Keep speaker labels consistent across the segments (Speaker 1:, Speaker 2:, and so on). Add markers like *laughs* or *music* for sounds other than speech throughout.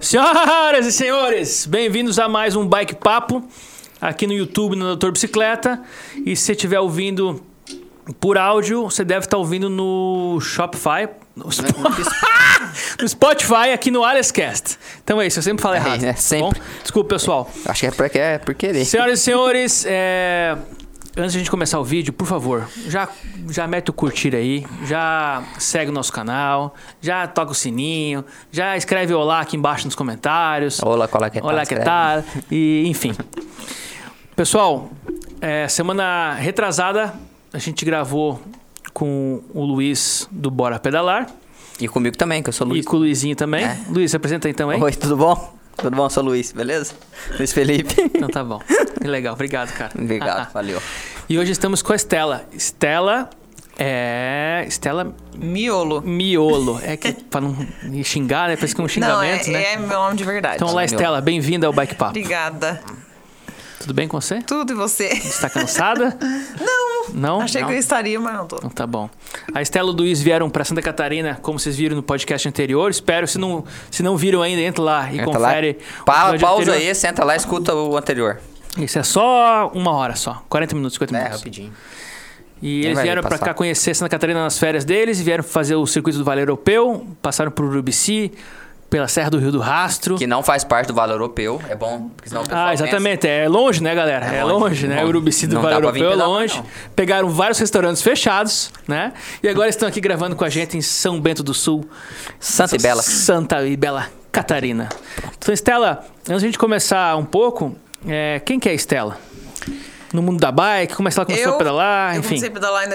Speaker 1: Senhoras e senhores, bem-vindos a mais um Bike Papo aqui no YouTube no Doutor Bicicleta. E se você estiver ouvindo por áudio, você deve estar ouvindo no Shopify, no, Sp- no Spotify, aqui no Alescast. Então é isso, eu sempre falo
Speaker 2: É,
Speaker 1: errado.
Speaker 2: né?
Speaker 1: tá
Speaker 2: Sempre.
Speaker 1: bom? Desculpa, pessoal.
Speaker 2: Acho que é porque é por querer.
Speaker 1: Senhoras e senhores, é, antes de a gente começar o vídeo, por favor, já, já mete o curtir aí, já segue o nosso canal, já toca o sininho, já escreve olá aqui embaixo nos comentários.
Speaker 2: Olá, qual é que tá?
Speaker 1: Olá, que
Speaker 2: escreve.
Speaker 1: tal? E, enfim. Pessoal, é, semana retrasada a gente gravou com o Luiz do Bora Pedalar
Speaker 2: E comigo também, que eu sou o
Speaker 1: e
Speaker 2: Luiz.
Speaker 1: com o Luizinho também.
Speaker 2: É.
Speaker 1: Luiz, se apresenta aí também.
Speaker 2: Oi, tudo bom? Tudo bom, eu sou o Luiz, beleza?
Speaker 1: *laughs*
Speaker 2: Luiz Felipe.
Speaker 1: Então tá
Speaker 2: *laughs*
Speaker 1: bom. Que legal, obrigado, cara.
Speaker 2: Obrigado, valeu.
Speaker 1: E hoje estamos com a Estela. Estela é. Estela
Speaker 3: Miolo.
Speaker 1: Miolo. É
Speaker 2: *laughs*
Speaker 1: que pra não me xingar, né? Parece que é um
Speaker 3: Não, é,
Speaker 1: xingamento, né?
Speaker 3: é meu nome de verdade.
Speaker 1: Então, lá,
Speaker 2: Miolo.
Speaker 1: Estela, bem-vinda ao Bike Papo.
Speaker 3: Obrigada.
Speaker 1: Tudo bem com você?
Speaker 3: Tudo
Speaker 1: *laughs*
Speaker 3: e você?
Speaker 1: Está
Speaker 2: *laughs*
Speaker 1: cansada?
Speaker 3: Não.
Speaker 1: Não?
Speaker 3: Achei
Speaker 1: Não?
Speaker 3: que eu estaria, mas não tô.
Speaker 1: Então, Tá bom. A Estela e o Luiz vieram para Santa Catarina, como vocês viram no podcast anterior. Espero, se não, se não viram ainda, entra lá e
Speaker 2: Entra lá.
Speaker 1: confere. o
Speaker 2: Pa-
Speaker 1: episódio
Speaker 2: pausa
Speaker 1: anterior.
Speaker 2: aí, senta lá e escuta o anterior.
Speaker 1: Isso é só uma hora só. 40 minutos, 50
Speaker 2: É,
Speaker 1: minutos.
Speaker 2: rapidinho.
Speaker 1: E
Speaker 2: Nem
Speaker 1: eles
Speaker 2: vai
Speaker 1: vieram pra
Speaker 2: passar.
Speaker 1: cá conhecer Santa Catarina nas férias deles, vieram fazer o circuito do Vale Europeu, passaram por Urubici, pela Serra do Rio do Rastro.
Speaker 2: Que não faz parte do valor europeu, é bom, porque senão o pessoal
Speaker 1: Ah, exatamente. É longe, né, galera? É,
Speaker 2: É
Speaker 1: longe,
Speaker 2: longe,
Speaker 1: né?
Speaker 2: longe.
Speaker 1: Urubici do
Speaker 2: Não
Speaker 1: Vale
Speaker 2: dá pra vir
Speaker 1: Europeu é
Speaker 2: pedalar,
Speaker 1: longe. Pegaram vários restaurantes fechados, né? E agora estão aqui gravando com a gente em São Bento do Sul.
Speaker 2: Santa e Bela.
Speaker 1: Santa e Bela Catarina. Então, Estela, antes de a gente começar um pouco, é, quem que é a Estela? No mundo da bike, como é que ela começou a pedalar,
Speaker 3: eu
Speaker 1: enfim.
Speaker 3: comecei a pedalar em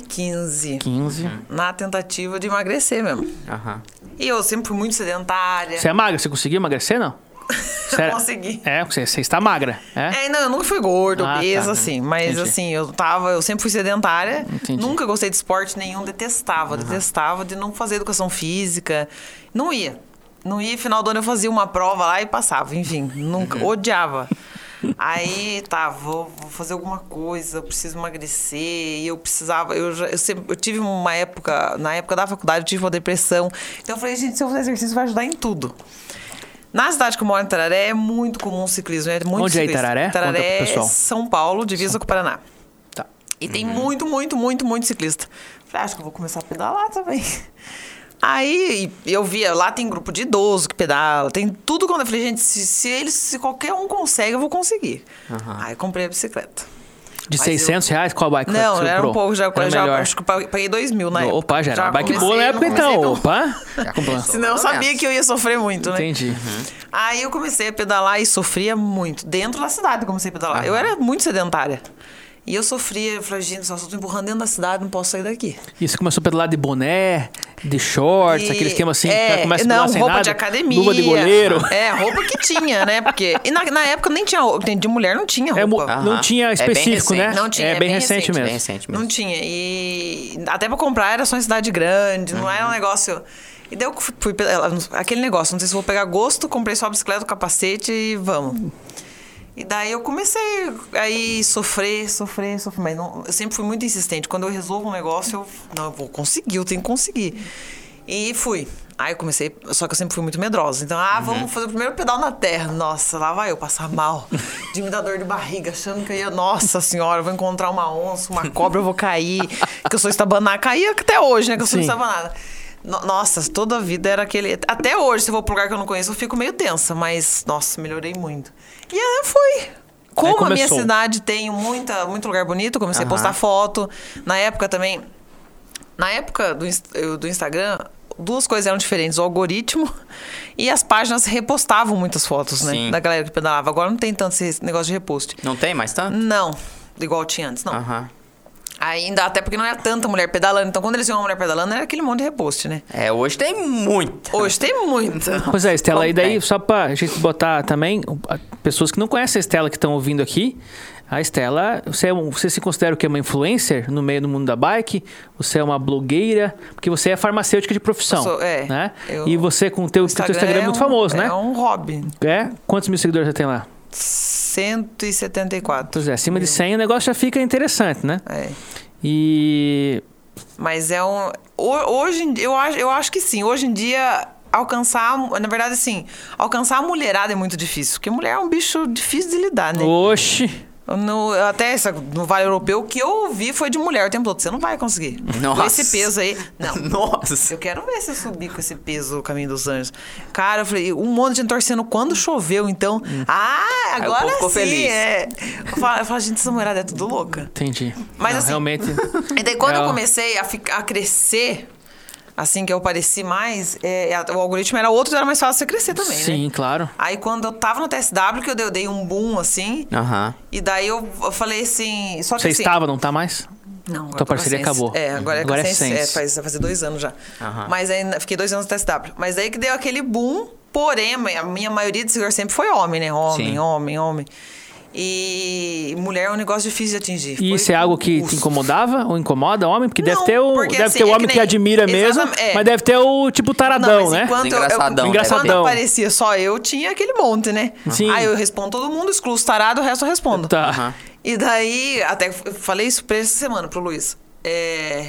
Speaker 3: 2015,
Speaker 1: 15.
Speaker 3: na tentativa de emagrecer mesmo.
Speaker 2: Aham.
Speaker 3: E eu sempre fui muito sedentária.
Speaker 1: Você é magra? Você conseguiu emagrecer,
Speaker 3: *laughs*
Speaker 1: não? Você era-
Speaker 3: Consegui.
Speaker 1: É, você, você está magra, é?
Speaker 3: É, não, eu nunca fui gordo,
Speaker 1: Ah,
Speaker 3: obeso,
Speaker 1: tá.
Speaker 3: assim. Mas
Speaker 1: Entendi.
Speaker 3: assim, eu tava, eu sempre fui sedentária.
Speaker 1: Entendi.
Speaker 3: Nunca gostei de esporte nenhum, detestava, detestava de não fazer educação física. Não ia. Não ia, final do ano eu fazia uma prova lá e passava, enfim,
Speaker 1: Uhum.
Speaker 3: nunca, odiava.
Speaker 1: *laughs*
Speaker 3: Aí, tá, vou, vou fazer alguma coisa, eu preciso emagrecer, e eu precisava, eu, já, eu, sempre, eu tive uma época, na época da faculdade eu tive uma depressão, então eu falei, gente, se eu fizer exercício vai ajudar em tudo. Na cidade que eu moro, em Tararé, é muito comum ciclismo, é muito
Speaker 1: Onde é
Speaker 3: ciclista.
Speaker 1: Itararé? Conta pro
Speaker 3: Tararé,
Speaker 1: pessoal.
Speaker 3: São Paulo, divisa com o Paraná.
Speaker 1: Tá.
Speaker 3: E tem muito, muito, muito, muito ciclista. Falei, "Ah, acho que eu vou começar a pedalar também. *laughs* Aí e eu via, lá tem grupo de idoso que pedala, tem tudo quando eu falei, gente, se, se eles, se qualquer um consegue, eu vou conseguir. Aí comprei a bicicleta.
Speaker 1: De
Speaker 3: Mas
Speaker 1: 600 reais, qual bike foi que
Speaker 3: não,
Speaker 1: você
Speaker 3: era
Speaker 1: comprou?
Speaker 3: um pouco, já,
Speaker 1: Era
Speaker 3: já
Speaker 1: melhor.
Speaker 3: acho que eu paguei dois mil na época.
Speaker 1: Opa, já era uma bike boa na
Speaker 3: comecei-
Speaker 1: época
Speaker 3: não comecei
Speaker 1: então,
Speaker 3: tão- *laughs*
Speaker 1: opa.
Speaker 2: Já começou.
Speaker 3: Senão eu
Speaker 2: Pelo
Speaker 3: sabia
Speaker 2: menos.
Speaker 3: que eu ia sofrer muito, né?
Speaker 1: Entendi.
Speaker 3: Aí eu comecei a pedalar e sofria muito. Dentro da cidade eu comecei a pedalar. Eu era muito sedentária. E eu sofria, eu falei, gente, só estou empurrando dentro da cidade, não posso sair daqui.
Speaker 1: E você começou a pedalar de boné, de shorts,
Speaker 3: E-
Speaker 1: aquele esquema assim,
Speaker 3: é,
Speaker 1: que começa a
Speaker 3: não,
Speaker 1: pedalar sem
Speaker 3: roupa
Speaker 1: nada,
Speaker 3: de academia.
Speaker 1: luva de goleiro.
Speaker 3: É, roupa que tinha, né? Porque. E na, na época nem tinha roupa. De mulher não tinha
Speaker 1: É, mu-
Speaker 3: roupa.
Speaker 1: Não
Speaker 2: Aham. É
Speaker 1: tinha
Speaker 2: bem
Speaker 1: específico, né?
Speaker 2: recente.
Speaker 3: Não tinha,
Speaker 1: é bem, recente, mesmo.
Speaker 2: Bem recente mesmo.
Speaker 3: Não tinha. E até pra comprar era só em cidade grande, não
Speaker 2: Uhum.
Speaker 3: era um negócio. E daí eu fui, fui pe- ela- aquele negócio, não sei se vou pegar gosto, comprei só a bicicleta, o capacete e vamos. E daí eu comecei aí sofrer, sofrer, sofrer, mas não- eu sempre fui muito insistente. Quando eu resolvo um negócio, eu não, eu vou conseguir, eu tenho que conseguir. E fui. Aí eu comecei, só que eu sempre fui muito medrosa. Então, ah, vamos fazer o primeiro pedal na terra. Nossa, lá vai eu passar mal. *laughs* De me dar dor de barriga, achando que eu ia, nossa senhora, eu vou encontrar uma onça, uma cobra, eu vou cair. que eu sou estabanada. Caí até hoje, né? Que eu sou
Speaker 1: Sim.
Speaker 3: estabanada. No- Nossa, toda a vida era aquele. Até hoje, se eu vou pra um lugar que eu não conheço, eu fico meio tensa, mas, nossa, melhorei muito. E aí eu fui. Como a minha
Speaker 1: começou.
Speaker 3: cidade tem muita, muito lugar bonito, comecei a
Speaker 2: Aham.
Speaker 3: postar foto. Na época também. Na época do, ins- eu- do Instagram, duas coisas eram diferentes: o algoritmo *laughs* e as páginas repostavam muitas fotos, né?
Speaker 2: Sim.
Speaker 3: Da galera que pedalava. Agora não tem tanto esse negócio de repost.
Speaker 2: Não tem mais tanto?
Speaker 3: Não, igual tinha antes, não.
Speaker 2: Aham.
Speaker 3: Ainda até porque não era tanta mulher pedalando. Então, quando eles viam uma mulher pedalando, era aquele monte de repost, né?
Speaker 2: É, hoje tem muito.
Speaker 3: Hoje tem muita.
Speaker 1: Pois é, Estela, e daí,
Speaker 2: Bem.
Speaker 1: só pra gente botar também, a- pessoas que não conhecem a Estela que estão ouvindo aqui, a Estela, você, é um- você se considera o que? Uma influencer no meio do mundo da bike? Você é uma blogueira? Porque você é farmacêutica de profissão,
Speaker 3: Eu sou- é,
Speaker 1: né?
Speaker 3: eu-
Speaker 1: e você, com o teu, teu Instagram é, muito
Speaker 3: um-
Speaker 1: famoso, né?
Speaker 3: É um hobby.
Speaker 1: É? Quantos mil seguidores você tem lá?
Speaker 3: 174.
Speaker 1: Pois é, acima de 100 o negócio já fica interessante, né?
Speaker 3: É.
Speaker 1: E...
Speaker 3: Mas é um. ho- Hoje em dia, eu acho, eu acho que sim. Hoje em dia alcançar. Na verdade, assim, alcançar a mulherada é muito difícil. Porque mulher é um bicho difícil de lidar, né?
Speaker 1: Oxi.
Speaker 3: No, até essa, no Vale Europeu, o que eu ouvi foi de mulher o tempo todo. Você não vai conseguir.
Speaker 2: Nossa.
Speaker 3: Com esse peso aí. Não.
Speaker 2: *laughs* Nossa.
Speaker 3: Eu quero ver se eu subir com esse peso o caminho dos anjos. Cara, eu falei, um monte de gente torcendo quando choveu, então. Ah,
Speaker 2: Hum. o
Speaker 3: agora
Speaker 2: povo ficou
Speaker 3: sim.
Speaker 2: feliz.
Speaker 3: É. Eu falo, eu falo, gente, essa mulherada é tudo louca.
Speaker 1: Entendi.
Speaker 3: Mas
Speaker 1: Não,
Speaker 3: assim- *laughs*
Speaker 1: Realmente.
Speaker 3: E daí, quando
Speaker 1: É,
Speaker 3: eu
Speaker 1: ó.
Speaker 3: comecei a, fi- a crescer, assim que eu pareci mais, é, a- o algoritmo era outro, era mais fácil você crescer também, né?
Speaker 1: Sim, claro.
Speaker 3: Aí quando eu tava no TSW, que eu dei, eu dei um boom, assim,
Speaker 2: Aham.
Speaker 3: e daí eu, eu falei assim. Só que
Speaker 1: Você
Speaker 3: assim,
Speaker 1: estava, não tá mais?
Speaker 3: Não, agora
Speaker 1: Tua
Speaker 3: tô com a
Speaker 1: parceria
Speaker 3: Sense.
Speaker 1: acabou.
Speaker 3: É, agora é
Speaker 1: Agora
Speaker 3: agora
Speaker 1: é Sense.
Speaker 3: É, faz, vai fazer dois anos já.
Speaker 2: Aham.
Speaker 3: Mas aí fiquei dois anos no TSW. Mas aí que deu aquele boom, porém, a minha maioria de seguidores sempre foi homem, né? Homem,
Speaker 2: Sim.
Speaker 3: homem, homem. E mulher é um negócio difícil de atingir.
Speaker 1: E
Speaker 3: Foi
Speaker 1: isso é algo que
Speaker 3: um
Speaker 1: te incomodava ou incomoda o homem? Porque deve
Speaker 3: Não,
Speaker 1: ter o,
Speaker 3: porque,
Speaker 1: deve
Speaker 3: assim,
Speaker 1: ter o
Speaker 3: é
Speaker 1: homem
Speaker 3: que
Speaker 1: que,
Speaker 3: nem-
Speaker 1: admira mesmo,
Speaker 3: Exatamente, é.
Speaker 1: mas deve ter o tipo taradão,
Speaker 3: mas
Speaker 1: né?
Speaker 3: Enquanto
Speaker 2: Engraçadão,
Speaker 3: Eu,
Speaker 1: Engraçadão.
Speaker 3: Enquanto eu aparecia só eu, tinha aquele monte, né?
Speaker 1: Sim.
Speaker 3: Aí eu respondo todo mundo, excluo os tarados, o resto eu respondo.
Speaker 1: Tá.
Speaker 2: Aham.
Speaker 3: E daí, até eu falei isso pra ele essa semana, pro Luiz. É,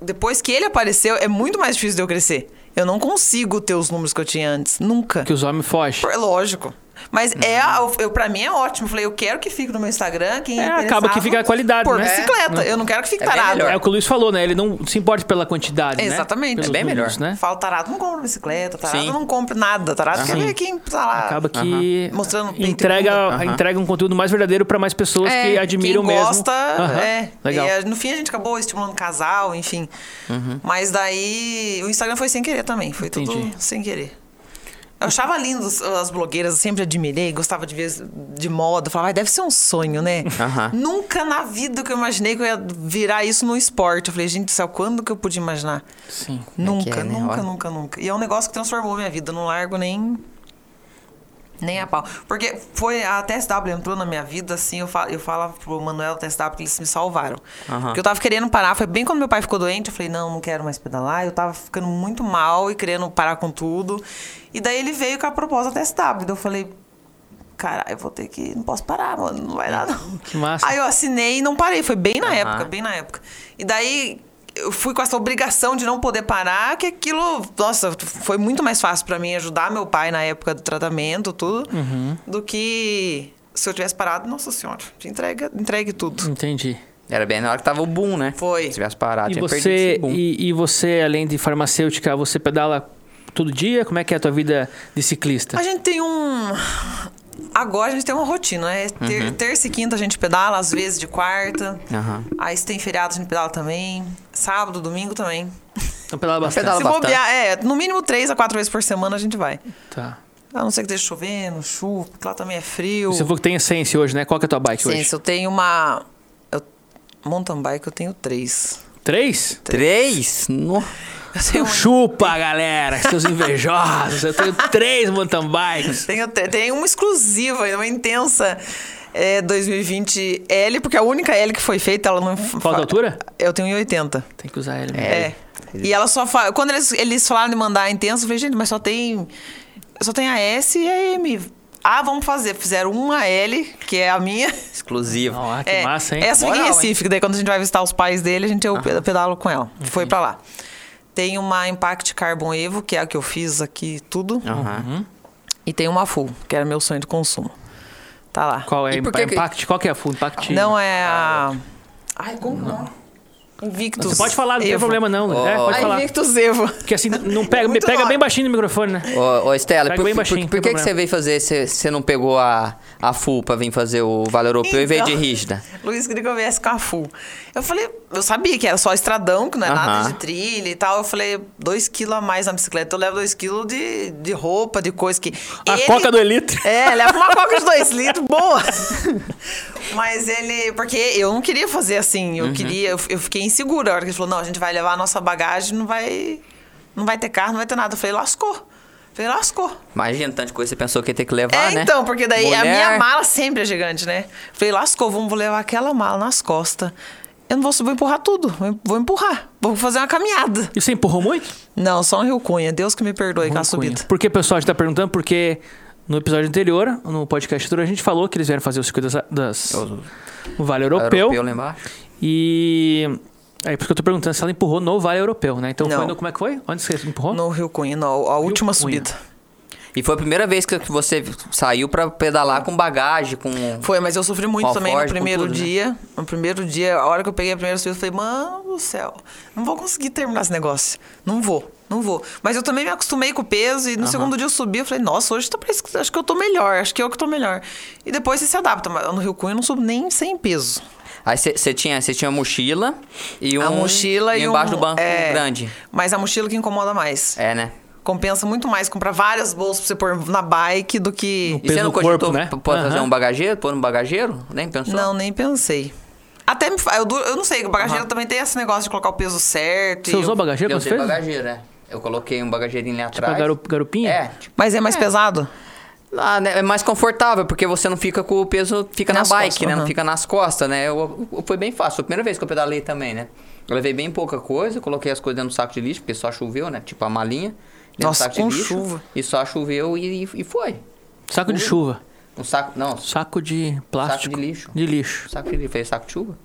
Speaker 3: depois que ele apareceu, é muito mais difícil de eu crescer. Eu não consigo ter os números que eu tinha antes. Nunca.
Speaker 1: Que os homens fogem.
Speaker 3: É lógico. Mas é, a- eu, pra mim é ótimo. Eu falei, eu quero que fique no meu Instagram. Quem
Speaker 1: É,
Speaker 3: é
Speaker 1: acaba que
Speaker 3: interessado
Speaker 1: fica a qualidade,
Speaker 3: Por
Speaker 1: né?
Speaker 3: bicicleta. Eu não quero que fique
Speaker 2: É bem
Speaker 3: tarado.
Speaker 2: melhor.
Speaker 1: É o que o Luiz falou, né? Ele não se importa pela quantidade,
Speaker 3: Exatamente.
Speaker 1: né? Pelos
Speaker 3: É
Speaker 2: bem
Speaker 1: números,
Speaker 2: melhor.
Speaker 1: Né?
Speaker 3: Falo, tarado não compra bicicleta, tarado
Speaker 2: Sim.
Speaker 3: não compra nada, tarado quer
Speaker 1: Sim.
Speaker 3: ver quem tá lá.
Speaker 1: Acaba que
Speaker 3: Aham. Mostrando peito e
Speaker 1: entrega,
Speaker 2: bunda. Aham.
Speaker 1: entrega um conteúdo mais verdadeiro pra mais pessoas
Speaker 3: É,
Speaker 1: que admiram
Speaker 3: quem
Speaker 1: mesmo.
Speaker 3: gosta,
Speaker 1: Aham,
Speaker 3: é.
Speaker 1: Legal. Uhum.
Speaker 3: E, eh, no fim a gente acabou estimulando casal, enfim. Mas daí o Instagram foi sem querer também, foi tudo
Speaker 1: Entendi.
Speaker 3: sem querer. Eu achava lindo os- as blogueiras, eu sempre admirei, gostava de ver de moda, falava, "Ai, deve ser um sonho, né?
Speaker 2: Aham.
Speaker 3: Nunca na vida que eu imaginei que eu ia virar isso no esporte. Eu falei, gente do céu, quando que eu podia imaginar?
Speaker 1: Sim.
Speaker 3: Nunca,
Speaker 2: é, né?
Speaker 3: nunca,
Speaker 2: Olha.
Speaker 3: nunca, nunca. E é um negócio que transformou minha vida. Eu não largo nem. Nem a pau. Porque foi a TSW entrou na minha vida, assim, eu falo, eu falo pro Manuel da TSW que eles me salvaram.
Speaker 2: Aham.
Speaker 3: Porque eu tava querendo parar, foi bem quando meu pai ficou doente, eu falei, não, não quero mais pedalar. Eu tava ficando muito mal e querendo parar com tudo. E daí ele veio com a proposta da TSW. Daí eu falei, caralho, eu vou ter que. Não posso parar, mano, não vai dar, não.
Speaker 1: Que massa.
Speaker 3: Aí eu assinei e não parei. Foi bem na
Speaker 2: Aham.
Speaker 3: época, bem na época. E daí eu fui com essa obrigação de não poder parar, que aquilo, nossa, foi muito mais fácil pra mim ajudar meu pai na época do tratamento, tudo, do que se eu tivesse parado, nossa senhora, te entrega, entregue tudo.
Speaker 1: Entendi.
Speaker 2: Era bem na hora que tava o boom, né?
Speaker 3: Foi.
Speaker 2: Se tivesse
Speaker 3: Ah,
Speaker 2: parado,
Speaker 1: E
Speaker 2: tinha perdido
Speaker 1: você,
Speaker 2: esse boom.
Speaker 1: e, e você, além de farmacêutica, você pedala todo dia? Como é que é a tua vida de ciclista?
Speaker 3: A gente tem um. Agora a gente tem uma rotina, né? Ter- Terça e quinta a gente pedala, às vezes de quarta.
Speaker 2: Aham.
Speaker 3: Aí se tem feriado a gente pedala também. Sábado, domingo também.
Speaker 1: Então pedala bastante.
Speaker 2: pedala-
Speaker 3: Se
Speaker 2: bastante.
Speaker 3: bobear, é, no mínimo três a quatro vezes por semana a gente vai.
Speaker 1: Tá.
Speaker 3: A não ser que esteja chovendo, chuva, porque lá também é frio.
Speaker 1: Você falou que tem essência hoje, né? Qual que é a tua bike
Speaker 3: Sim,
Speaker 1: hoje?
Speaker 3: se eu tenho uma. Eu, mountain bike eu tenho três. *laughs*
Speaker 1: Três?
Speaker 2: Três? No...
Speaker 3: Eu tenho,
Speaker 1: *laughs*
Speaker 3: uma-
Speaker 1: Chupa, galera, seus invejosos. Eu tenho três mountain bikes.
Speaker 3: tenho, tre- tenho uma exclusiva, uma intensa é, 2020 L, porque a única L que foi feita, ela não.
Speaker 1: Falta altura?
Speaker 3: Eu tenho 1,80.
Speaker 1: Tem que usar ele
Speaker 3: É.
Speaker 1: mesmo.
Speaker 3: E ela só fala. Quando eles, eles falaram de mandar a intensa, eu falei, gente, mas só tem. Só tem a S e a M. Ah, vamos fazer. Fizeram uma L, que é a minha.
Speaker 2: Exclusivo.
Speaker 1: Ó, que
Speaker 3: É,
Speaker 1: massa, hein? Ah. Uhum.
Speaker 3: Essa fica em
Speaker 2: Moral,
Speaker 3: Recife, que daí quando a gente vai visitar os pais dele, a gente eu ped- pedalo com ela. Foi pra lá. Tem uma Impact Carbon Evo, que é a que eu fiz aqui tudo.
Speaker 1: Ah.
Speaker 2: Aham.
Speaker 1: Uhum.
Speaker 3: E tem uma Full, que era meu sonho de consumo. Tá lá.
Speaker 1: Qual é?
Speaker 2: E por que que-
Speaker 1: Impact? Qual que é a full impact?
Speaker 3: Não é a. Ai, como que é? Invictus.
Speaker 1: Você pode falar, não tem
Speaker 3: Evo.
Speaker 1: problema não.
Speaker 2: Ó,
Speaker 1: É,
Speaker 2: ó.
Speaker 1: pode
Speaker 3: A
Speaker 1: falar.
Speaker 3: Invictus Evo. É
Speaker 1: Porque assim, não
Speaker 3: *laughs*
Speaker 1: pega,
Speaker 3: muito
Speaker 1: pega
Speaker 3: da
Speaker 1: bem
Speaker 3: hora.
Speaker 1: baixinho no microfone, né?
Speaker 2: Ô, ô, Estela,
Speaker 1: Pega
Speaker 2: por,
Speaker 1: bem
Speaker 2: por-
Speaker 1: baixinho,
Speaker 2: por
Speaker 1: não tem
Speaker 2: que, que
Speaker 1: problema.
Speaker 2: você veio fazer, você, você não pegou a, a full pra vir fazer o Vale Europeu e veio de
Speaker 3: Então.
Speaker 2: rígida?
Speaker 3: Luiz queria que eu viesse com a full. Eu falei, eu sabia que era só estradão, que não é nada
Speaker 2: Aham.
Speaker 3: de trilha e tal. Eu falei, dois quilos a mais na bicicleta. Eu levo dois quilos de, de roupa, de coisa que.
Speaker 1: A coca do Elite.
Speaker 3: É, leva uma coca de dois litros, boa. *laughs* Mas ele. Porque eu não queria fazer assim. Eu
Speaker 1: Uhum.
Speaker 3: queria. Eu, eu fiquei insegura. A hora que ele falou, não, a gente vai levar a nossa bagagem, não vai. Não vai ter carro, não vai ter nada. Eu falei, lascou. Eu falei, lascou.
Speaker 2: Imagina, tanta coisa que você pensou que ia ter que levar,
Speaker 3: É,
Speaker 2: né?
Speaker 3: então, porque daí a
Speaker 2: Mulher,
Speaker 3: minha mala sempre é gigante, né? Falei, lascou, vamos vou levar aquela mala nas costas. Eu não vou, vou empurrar tudo, vou- vou empurrar, vou fazer uma caminhada.
Speaker 1: E você empurrou muito?
Speaker 3: Não, só um Rio Cunha, Deus que me perdoe com a subida.
Speaker 1: Porque, pessoal, a gente tá perguntando porque no episódio anterior, no podcast anterior, a gente falou que eles vieram fazer o circuito das, das-
Speaker 2: O-
Speaker 1: o Vale
Speaker 2: Europeu
Speaker 1: Europeu.
Speaker 2: lá embaixo.
Speaker 1: E É por isso que eu tô perguntando se ela empurrou no Vale Europeu, né? Então
Speaker 3: Não.
Speaker 1: foi no. Como é que foi? Onde você empurrou?
Speaker 3: No Rio Cunha, na- a última
Speaker 1: Cunha.
Speaker 3: subida.
Speaker 2: E foi a primeira vez que que você saiu pra pedalar com bagagem, com.
Speaker 3: Foi, mas eu sofri muito
Speaker 2: Com a
Speaker 3: também
Speaker 2: Ford,
Speaker 3: no
Speaker 2: com
Speaker 3: primeiro
Speaker 2: tudo, né?
Speaker 3: dia. No primeiro dia, a hora que eu peguei a primeira subida, eu falei, mano do céu, não vou conseguir terminar esse negócio. Não vou, não vou. Mas eu também me acostumei com o peso e no segundo dia eu subi, eu falei, nossa, hoje tá, parece que- acho que eu tô melhor, acho que eu que tô melhor. E depois você se adapta, mas no Rio Cunha eu não subo nem sem peso.
Speaker 2: Aí você tinha, cê tinha mochila e um.
Speaker 3: a mochila e, um-
Speaker 2: embaixo do banco
Speaker 3: é,
Speaker 2: grande.
Speaker 3: Mas a mochila que incomoda mais.
Speaker 2: É, né?
Speaker 3: Compensa muito mais comprar várias bolsas pra você pôr na bike do que...
Speaker 2: E
Speaker 1: Peso
Speaker 2: você não
Speaker 1: no corpo,
Speaker 2: cogitou
Speaker 1: né?
Speaker 2: p- pôr- fazer
Speaker 1: Aham.
Speaker 2: um bagageiro? Pôr um bagageiro? Nem pensou?
Speaker 3: Não, nem pensei. Até me fa- eu, du- eu não sei, o bagageiro também tem esse negócio de colocar o peso certo. e
Speaker 1: Você usou
Speaker 3: eu-
Speaker 1: bagageiro
Speaker 2: Eu
Speaker 1: quando você
Speaker 2: usei
Speaker 1: fez?
Speaker 2: bagageiro, é. Eu coloquei um bagageirinho ali
Speaker 1: Pra
Speaker 2: atrás.
Speaker 1: garu- garupinha?
Speaker 2: É, tipo,
Speaker 3: Mas é mais pesado?
Speaker 2: Ah, né, É mais confortável, porque você não fica com o peso, fica
Speaker 3: Nas
Speaker 2: na bike,
Speaker 3: costas,
Speaker 2: né? Não
Speaker 3: aham.
Speaker 2: fica nas costas, né? Eu, eu- foi bem fácil. Foi a primeira vez que eu pedalei também, né? Eu levei bem pouca coisa, coloquei as coisas dentro do saco de lixo, porque só choveu, né? Tipo a malinha. Dentro
Speaker 3: Nossa,
Speaker 2: do saco
Speaker 3: com
Speaker 2: de lixo,
Speaker 3: chuva.
Speaker 2: E só choveu e, e foi.
Speaker 1: Saco de chuva.
Speaker 2: Um saco. Não,
Speaker 1: Saco de plástico.
Speaker 2: de lixo.
Speaker 1: De lixo.
Speaker 2: saco de lixo. Falei saco de chuva?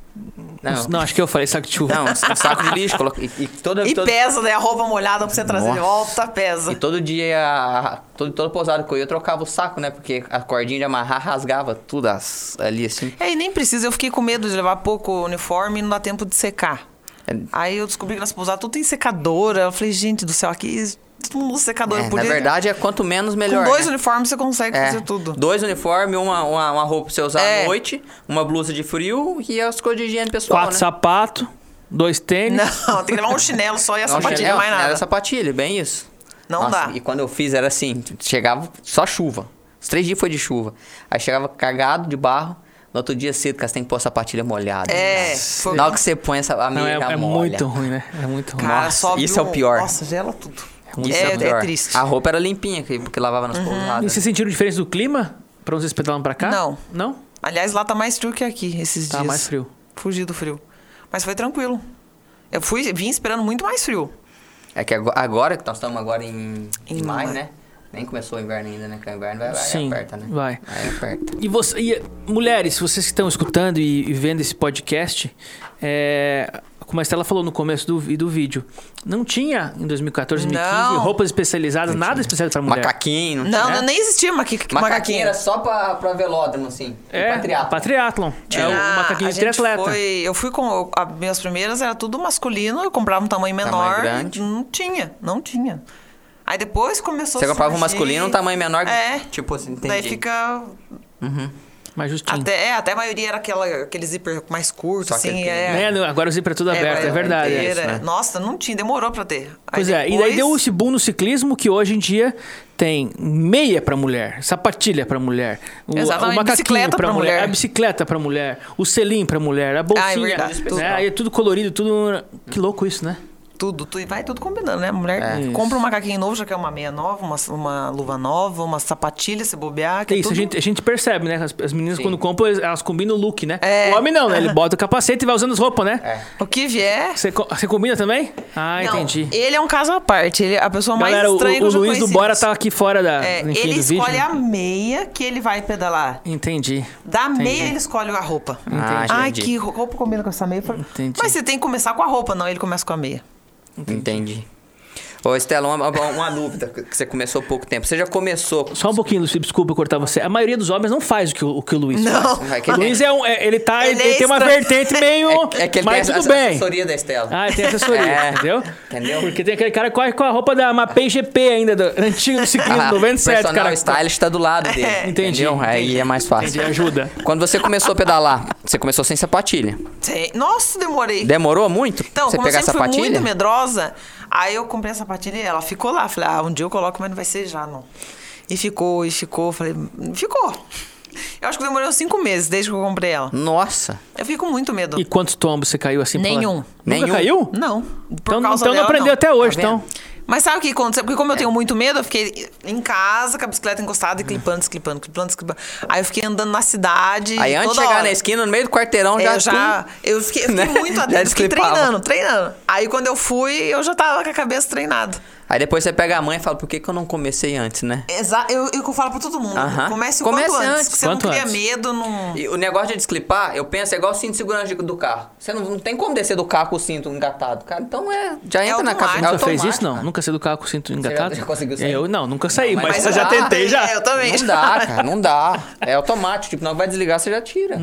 Speaker 2: Não.
Speaker 1: Não, acho que eu falei saco de chuva.
Speaker 2: Não, um saco de lixo. Coloquei, e, e toda,
Speaker 3: E
Speaker 2: toda-
Speaker 3: pesa, né? A roupa molhada pra você trazer de
Speaker 2: Nossa.
Speaker 3: volta, pesa.
Speaker 2: E todo dia, a- todo, todo pousado que eu ia, eu trocava o saco, né? Porque a cordinha de amarrar rasgava tudo as- ali assim.
Speaker 3: É, e nem precisa. Eu fiquei com medo de levar pouco uniforme e não dá tempo de secar.
Speaker 2: É.
Speaker 3: Aí eu descobri que nas pousadas tudo tem secadora. Eu falei, gente do céu, aqui todo mundo usa secadora.
Speaker 2: É,
Speaker 3: Por
Speaker 2: na
Speaker 3: isso-
Speaker 2: verdade, é quanto menos,
Speaker 3: com
Speaker 2: melhor.
Speaker 3: dois
Speaker 2: né?
Speaker 3: uniformes você consegue
Speaker 2: É,
Speaker 3: fazer tudo.
Speaker 2: Dois uniformes, uma, uma, uma roupa pra você usar
Speaker 3: É.
Speaker 2: à noite, uma blusa de frio e as coisas de higiene pessoal,
Speaker 1: Quatro
Speaker 2: né?
Speaker 1: sapatos, dois tênis.
Speaker 3: *laughs* Não, tem que levar um chinelo só e a
Speaker 2: Não,
Speaker 3: sapatilha,
Speaker 2: chinelo,
Speaker 3: mais
Speaker 2: chinelo
Speaker 3: nada.
Speaker 2: e sapatilha, bem isso.
Speaker 3: Não
Speaker 2: Nossa,
Speaker 3: dá.
Speaker 2: E quando eu fiz era assim, chegava só chuva. Os três dias foi de chuva. Aí chegava cagado de barro. No outro dia cedo, cara, você tem que pôr a sapatilha molhada.
Speaker 3: É,
Speaker 2: Né?
Speaker 3: foi-
Speaker 2: Na hora que você põe essa a
Speaker 1: Não, é,
Speaker 2: meia
Speaker 1: é
Speaker 2: molha.
Speaker 1: muito ruim, né? É muito ruim.
Speaker 3: Cara,
Speaker 2: Nossa,
Speaker 3: sobe
Speaker 2: isso é o
Speaker 3: um-
Speaker 2: pior.
Speaker 3: Nossa, gela tudo.
Speaker 2: Isso
Speaker 3: é,
Speaker 2: o pior.
Speaker 3: triste.
Speaker 2: A roupa era limpinha, que- porque lavava nas
Speaker 1: E
Speaker 2: pousadas.
Speaker 1: vocês sentiram diferença do clima? Pra vocês pedalam pra cá?
Speaker 3: Não.
Speaker 1: Não?
Speaker 3: Aliás, lá tá mais frio que aqui esses
Speaker 1: Tá
Speaker 3: dias.
Speaker 1: mais frio.
Speaker 3: Fugi do frio. Mas foi tranquilo. Eu fui, vim esperando muito mais frio.
Speaker 2: É que ago- agora, que nós estamos agora em, em
Speaker 3: Em
Speaker 2: maio,
Speaker 3: maio.
Speaker 2: né? Nem começou o inverno ainda, né? Porque o inverno vai, vai
Speaker 1: Sim,
Speaker 2: aperta, né?
Speaker 1: vai.
Speaker 2: Aí aperta.
Speaker 1: E, você, e, mulheres, vocês que estão escutando e, e vendo esse podcast, é, como a Estela falou no começo do, vi- do vídeo, não tinha em 2014, 2015
Speaker 3: Não.
Speaker 1: roupas especializadas, nada especial pra mulher.
Speaker 2: Macaquinho.
Speaker 3: Não,
Speaker 1: É?
Speaker 2: né?
Speaker 3: não nem existia maqui...
Speaker 2: Macaquinho
Speaker 3: macaquinha.
Speaker 2: era assim, só pra, pra velódromo, assim.
Speaker 1: É,
Speaker 2: pra triatlo.
Speaker 1: pra triatlon. É o
Speaker 3: Ah,
Speaker 1: macaquinho
Speaker 3: a
Speaker 1: de
Speaker 3: gente
Speaker 1: triatleta.
Speaker 3: foi- eu fui com. As minhas primeiras era tudo masculino, eu comprava um tamanho menor.
Speaker 2: Tamanho grande.
Speaker 3: Não tinha, não tinha. Aí depois começou
Speaker 2: Você
Speaker 3: a
Speaker 2: comprava um
Speaker 3: surgir-
Speaker 2: masculino, um tamanho menor.
Speaker 3: É.
Speaker 2: Tipo assim, entendi.
Speaker 3: Daí fica.
Speaker 1: Mas justinho.
Speaker 3: Até, é, até a maioria era aquela, aquele zíper mais curto,
Speaker 2: Só
Speaker 3: assim.
Speaker 2: aquele
Speaker 3: É,
Speaker 1: Né? não, Agora o zíper é tudo aberto, é, verdade.
Speaker 3: inteira.
Speaker 1: é.
Speaker 2: isso, né?
Speaker 3: Nossa, não tinha, demorou pra ter. Aí
Speaker 1: Pois é, e daí
Speaker 3: depois-
Speaker 1: deu esse boom no ciclismo que hoje em dia tem meia pra mulher, sapatilha pra mulher, o,
Speaker 3: Exatamente,
Speaker 1: o macaquinho
Speaker 3: bicicleta
Speaker 1: pra
Speaker 3: pra
Speaker 1: mulher,
Speaker 3: mulher. Ah, é
Speaker 1: a bicicleta pra mulher, o selim pra mulher, a bolsinha,
Speaker 3: verdade, tudo.
Speaker 1: né? Aí é tudo colorido, tudo que louco isso, né?
Speaker 3: Tudo, tudo, e vai tudo combinando, né? A mulher
Speaker 1: É.
Speaker 3: compra um macaquinho novo, já quer uma meia nova, uma, uma luva nova, uma sapatilha, se bobear. Que
Speaker 1: É isso,
Speaker 3: tudo...
Speaker 1: a, gente, a gente percebe, né? As, as meninas quando compram, elas- elas combinam o look, né?
Speaker 3: É.
Speaker 1: O homem não,
Speaker 3: *laughs*
Speaker 1: né? Ele bota o capacete e vai usando as roupas, né?
Speaker 3: O que vier.
Speaker 1: Você, co- você combina também? Ah,
Speaker 3: Não,
Speaker 1: entendi.
Speaker 3: Ele é um caso à parte. Ele é a pessoa
Speaker 1: Galera,
Speaker 3: mais
Speaker 1: o,
Speaker 3: estranha que
Speaker 1: o
Speaker 3: eu já
Speaker 1: Luiz do
Speaker 3: conheci.
Speaker 1: Bora tá aqui fora da
Speaker 3: É,
Speaker 1: enfim,
Speaker 3: ele
Speaker 1: do vídeo.
Speaker 3: escolhe
Speaker 1: né?
Speaker 3: a meia que ele vai pedalar.
Speaker 1: Entendi.
Speaker 3: Da meia ele escolhe a roupa.
Speaker 2: Ah,
Speaker 3: Ai,
Speaker 2: entendi.
Speaker 3: que roupa combina com essa meia? Eu falei,
Speaker 1: Entendi.
Speaker 3: Mas você tem que começar com a roupa, não. Ele começa com a meia.
Speaker 2: Entendi. Ô, Estela, uma, uma- uma dúvida que você começou há pouco tempo. Você já começou...
Speaker 1: Só um pouquinho, Luiz, desculpa cortar você. A maioria dos homens não faz o que o, o que o Luiz
Speaker 3: Não.
Speaker 1: faz.
Speaker 2: Vai, que-
Speaker 1: O Luiz é um. é- ele tá. Ele,
Speaker 3: Ele é
Speaker 1: tem uma
Speaker 3: estranho.
Speaker 1: vertente meio.
Speaker 2: *laughs* É, é que ele
Speaker 1: mas
Speaker 2: tem
Speaker 1: tudo
Speaker 2: essa
Speaker 1: bem.
Speaker 2: assessoria da Estela.
Speaker 1: Ah, ele tem assessoria,
Speaker 2: *laughs* É.
Speaker 1: entendeu?
Speaker 2: Entendeu?
Speaker 1: Porque tem aquele cara que corre com a roupa da Mapei GP ainda, do, antigo do ciclismo,
Speaker 2: *laughs* Ah,
Speaker 1: 97,
Speaker 2: personal
Speaker 1: cara.
Speaker 2: stylist tá do lado dele.
Speaker 1: *laughs* Entendi,
Speaker 2: entendeu? Aí é mais fácil.
Speaker 1: Entendi, ajuda.
Speaker 2: Quando você começou a pedalar, você começou sem sapatilha.
Speaker 3: Sei. Nossa, demorei.
Speaker 2: Demorou muito pra
Speaker 3: Então,
Speaker 2: você
Speaker 3: como
Speaker 2: pegar
Speaker 3: eu sempre fui
Speaker 2: sapatilha?
Speaker 3: muito medrosa, aí eu comprei a sapatilha e ela ficou lá. Falei, ah, um dia eu coloco, mas não vai ser já, não. E ficou, e ficou. Falei, ficou. Eu acho que demorou uns cinco meses desde que eu comprei ela.
Speaker 2: Nossa.
Speaker 3: Eu fiquei com muito medo.
Speaker 1: E quantos tombos você caiu assim? pela-
Speaker 3: Nenhum.
Speaker 1: Nunca
Speaker 2: Nenhum.
Speaker 1: caiu?
Speaker 3: Não.
Speaker 1: Então,
Speaker 3: por
Speaker 1: não-
Speaker 3: causa
Speaker 1: então não
Speaker 3: dela,
Speaker 1: aprendeu até hoje,
Speaker 2: Tá vendo?
Speaker 1: então.
Speaker 3: Mas sabe o que aconteceu? Porque como
Speaker 2: É.
Speaker 3: eu tenho muito medo, eu fiquei em casa com a bicicleta encostada e clipando, clipando, clipando, clipando. Aí eu fiquei andando na cidade.
Speaker 2: Aí antes de
Speaker 3: toda
Speaker 2: chegar
Speaker 3: hora.
Speaker 2: na esquina, no meio do quarteirão, já...
Speaker 3: eu já. Eu fiquei, eu fiquei
Speaker 2: Né? *laughs*
Speaker 3: muito
Speaker 2: Já
Speaker 3: atenta, fiquei
Speaker 2: desclipava.
Speaker 3: treinando, treinando. Aí quando eu fui, eu já tava com a cabeça treinada.
Speaker 2: Aí depois você pega a mãe e fala, por que, que eu não comecei antes, né?
Speaker 3: Exa eu, eu, eu falo pra todo mundo.
Speaker 2: Aham.
Speaker 3: Comece o
Speaker 2: Comece
Speaker 3: quanto antes,
Speaker 2: antes,
Speaker 3: que você
Speaker 1: quanto
Speaker 3: não cria
Speaker 1: antes.
Speaker 3: medo, não...
Speaker 2: E o negócio de desclipar, eu penso, é igual o cinto de segurança do carro. Você não, não tem como descer do carro com o cinto engatado, cara. Então é. Já
Speaker 3: É
Speaker 2: entra na cabeça.
Speaker 3: automático.
Speaker 2: é
Speaker 1: Nunca fez
Speaker 2: automático,
Speaker 1: isso, não?
Speaker 2: cara.
Speaker 1: Nunca saí do carro com o cinto
Speaker 2: já-
Speaker 1: engatado?
Speaker 2: já conseguiu sair?
Speaker 1: Eu não, nunca saí,
Speaker 2: Não,
Speaker 1: mas,
Speaker 2: mas
Speaker 1: eu já
Speaker 2: dá.
Speaker 1: tentei, já.
Speaker 3: É, Eu também.
Speaker 2: Não dá, cara, não dá. É automático, tipo, não vai desligar, você já tira.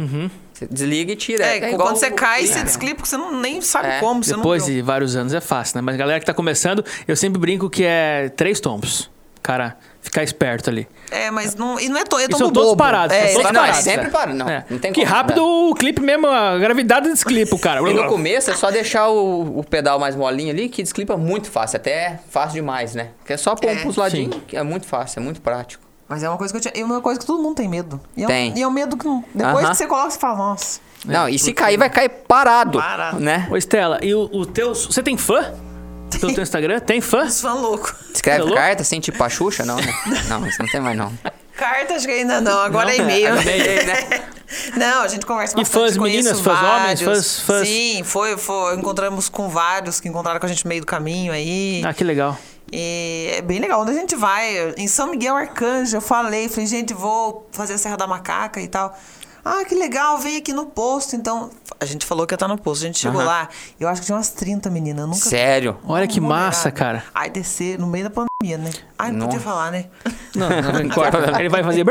Speaker 2: Você desliga e tira.
Speaker 3: *laughs* Uhum. É,
Speaker 2: igual
Speaker 3: quando você
Speaker 2: o-
Speaker 3: cai,
Speaker 2: é.
Speaker 3: você desclipa, porque você não, nem sabe
Speaker 2: É.
Speaker 3: como. Você
Speaker 1: Depois
Speaker 3: não
Speaker 1: de vários anos é fácil, né? Mas galera que tá começando, eu sempre brinco que é três tombos. Cara, ficar esperto ali.
Speaker 3: É, mas não. E não é, to, é
Speaker 1: E
Speaker 3: tombo
Speaker 1: são todos
Speaker 3: bobo.
Speaker 1: parados,
Speaker 3: É,
Speaker 1: são todos
Speaker 3: é,
Speaker 2: Não, é
Speaker 1: parados.
Speaker 2: sempre
Speaker 1: né?
Speaker 2: parado, não. Não tem
Speaker 1: que
Speaker 2: como,
Speaker 1: rápido o clipe mesmo, a gravidade desclipa o
Speaker 3: *laughs*
Speaker 1: cara.
Speaker 2: E no começo é só deixar o, o pedal mais molinho ali, que desclipa muito fácil. Até é fácil demais, né? Que é só pôr
Speaker 3: É,
Speaker 2: um pros ladinhos, que é muito fácil, é muito prático.
Speaker 3: Mas é uma coisa que eu tinha. E é uma coisa que todo mundo tem medo. E é um-
Speaker 2: Tem.
Speaker 3: e é um medo que não. Depois
Speaker 2: Aham.
Speaker 3: que você coloca, você fala, nossa.
Speaker 2: não, e se cair, vai cair parado.
Speaker 3: Parado.
Speaker 2: Né?
Speaker 1: Ô, Estela, e o, o teu... Você tem fã? Pelo teu Instagram? Tem fã?
Speaker 3: Os fãs
Speaker 1: *laughs*
Speaker 3: loucos.
Speaker 2: Escreve
Speaker 3: é
Speaker 1: Hello?
Speaker 2: carta, sem tipo a Xuxa? Não,
Speaker 3: *laughs*
Speaker 2: né? Não, isso não tem mais, não.
Speaker 3: Carta, acho que ainda não. Agora
Speaker 1: Não?
Speaker 3: é e-mail.
Speaker 2: É, e-mail, né?
Speaker 3: *laughs* não, a gente conversa
Speaker 1: E
Speaker 3: bastante.
Speaker 1: fãs
Speaker 3: conheço
Speaker 1: meninas, fãs homens,
Speaker 3: vários.
Speaker 1: fãs- fãs-
Speaker 3: Sim, foi, foi. Encontramos com vários que encontraram com a gente no meio do caminho aí.
Speaker 1: Ah, que legal.
Speaker 3: E é bem legal. Onde a gente vai? Em São Miguel Arcanjo, eu falei, falei, gente, vou fazer a Serra da Macaca e tal. Ah, que legal, vem aqui no posto. Então, a gente falou que ia estar no posto. A gente chegou lá, eu acho que tinha umas 30 meninas. eu Nunca né?
Speaker 2: Sério.
Speaker 1: Olha que
Speaker 3: é
Speaker 1: massa,
Speaker 3: *laughs*
Speaker 1: cara.
Speaker 3: Aí descer no meio da pandemia, né? Ai, não
Speaker 2: Nossa.
Speaker 3: podia falar, né?
Speaker 2: *laughs*
Speaker 1: Não, não, não importa. Ele vai
Speaker 3: *laughs*
Speaker 1: fazer...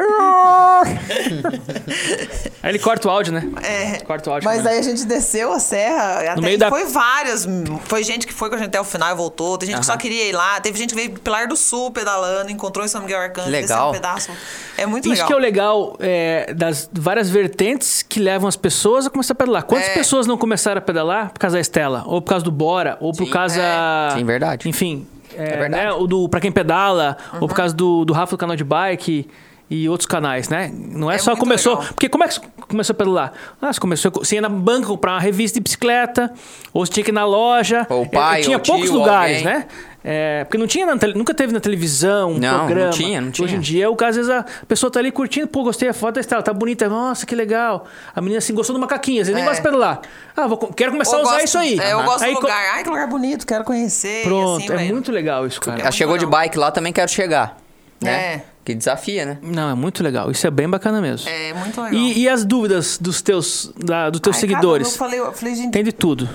Speaker 1: Aí ele corta o áudio, né?
Speaker 3: É,
Speaker 1: Corta o áudio.
Speaker 3: *laughs* mas
Speaker 1: né?
Speaker 3: aí a gente desceu a serra. Até
Speaker 1: meio
Speaker 3: e
Speaker 1: da-
Speaker 3: Foi várias. Foi gente que foi com a gente até o final e voltou. Tem gente que só queria ir lá. Teve gente que veio do Pilar do Sul pedalando, encontrou em São Miguel Arcanjo,
Speaker 2: Legal.
Speaker 3: desceu um pedaço. É muito
Speaker 1: Isso
Speaker 3: legal.
Speaker 1: que é o legal é, das várias vertentes que levam as pessoas a começar a pedalar. Quantas
Speaker 3: É.
Speaker 1: pessoas não começaram a pedalar por causa da Estela? Ou por causa do Bora? Ou por causa...
Speaker 2: é. Sim, verdade.
Speaker 1: Enfim. É,
Speaker 2: verdade.
Speaker 1: Né?
Speaker 2: Uhum.
Speaker 1: O do Pra Quem Pedala. Ou por causa do, do Rafa do canal de bike... E outros canais, né? Não é,
Speaker 3: É
Speaker 1: só
Speaker 3: muito
Speaker 1: começou.
Speaker 3: legal.
Speaker 1: Porque como é que você começou a pedalar? Ah, você começou. Você ia na banca comprar uma revista de bicicleta, ou você tinha que ir na loja.
Speaker 2: Ou o
Speaker 1: Eu- eu
Speaker 2: pai,
Speaker 1: tinha
Speaker 2: ou o
Speaker 1: poucos
Speaker 2: tio,
Speaker 1: lugares,
Speaker 2: alguém.
Speaker 1: né? É, porque não tinha na tele- nunca teve na televisão um
Speaker 2: Não, não
Speaker 1: programa.
Speaker 2: tinha, não
Speaker 1: Hoje em
Speaker 2: tinha.
Speaker 1: dia, o caso, às vezes, a pessoa tá ali curtindo, pô, gostei da foto da Estela, tá bonita, nossa, que legal. A menina assim gostou do macaquinho, às vezes nem
Speaker 3: É.
Speaker 1: gosta de pedalar. Ah, vou, co- quero começar
Speaker 3: Eu
Speaker 1: a usar
Speaker 3: gosto-
Speaker 1: isso aí.
Speaker 3: É, eu gosto
Speaker 1: aí,
Speaker 3: do
Speaker 1: co-
Speaker 3: lugar. Ai, que lugar bonito, quero conhecer. e
Speaker 1: Pronto,
Speaker 3: assim
Speaker 1: é
Speaker 3: vai indo.
Speaker 1: muito legal isso, cara.
Speaker 2: Ela chegou de
Speaker 3: legal.
Speaker 2: bike lá, também quero chegar. Né?
Speaker 3: É.
Speaker 2: Que desafia, né?
Speaker 1: Não, é muito legal. Isso é bem bacana mesmo.
Speaker 3: É muito legal.
Speaker 1: E, e as dúvidas dos teus, da- dos teus
Speaker 3: Ai, um
Speaker 1: seguidores?
Speaker 3: caramba, eu falei, eu falei, gente,
Speaker 1: Tem de tudo.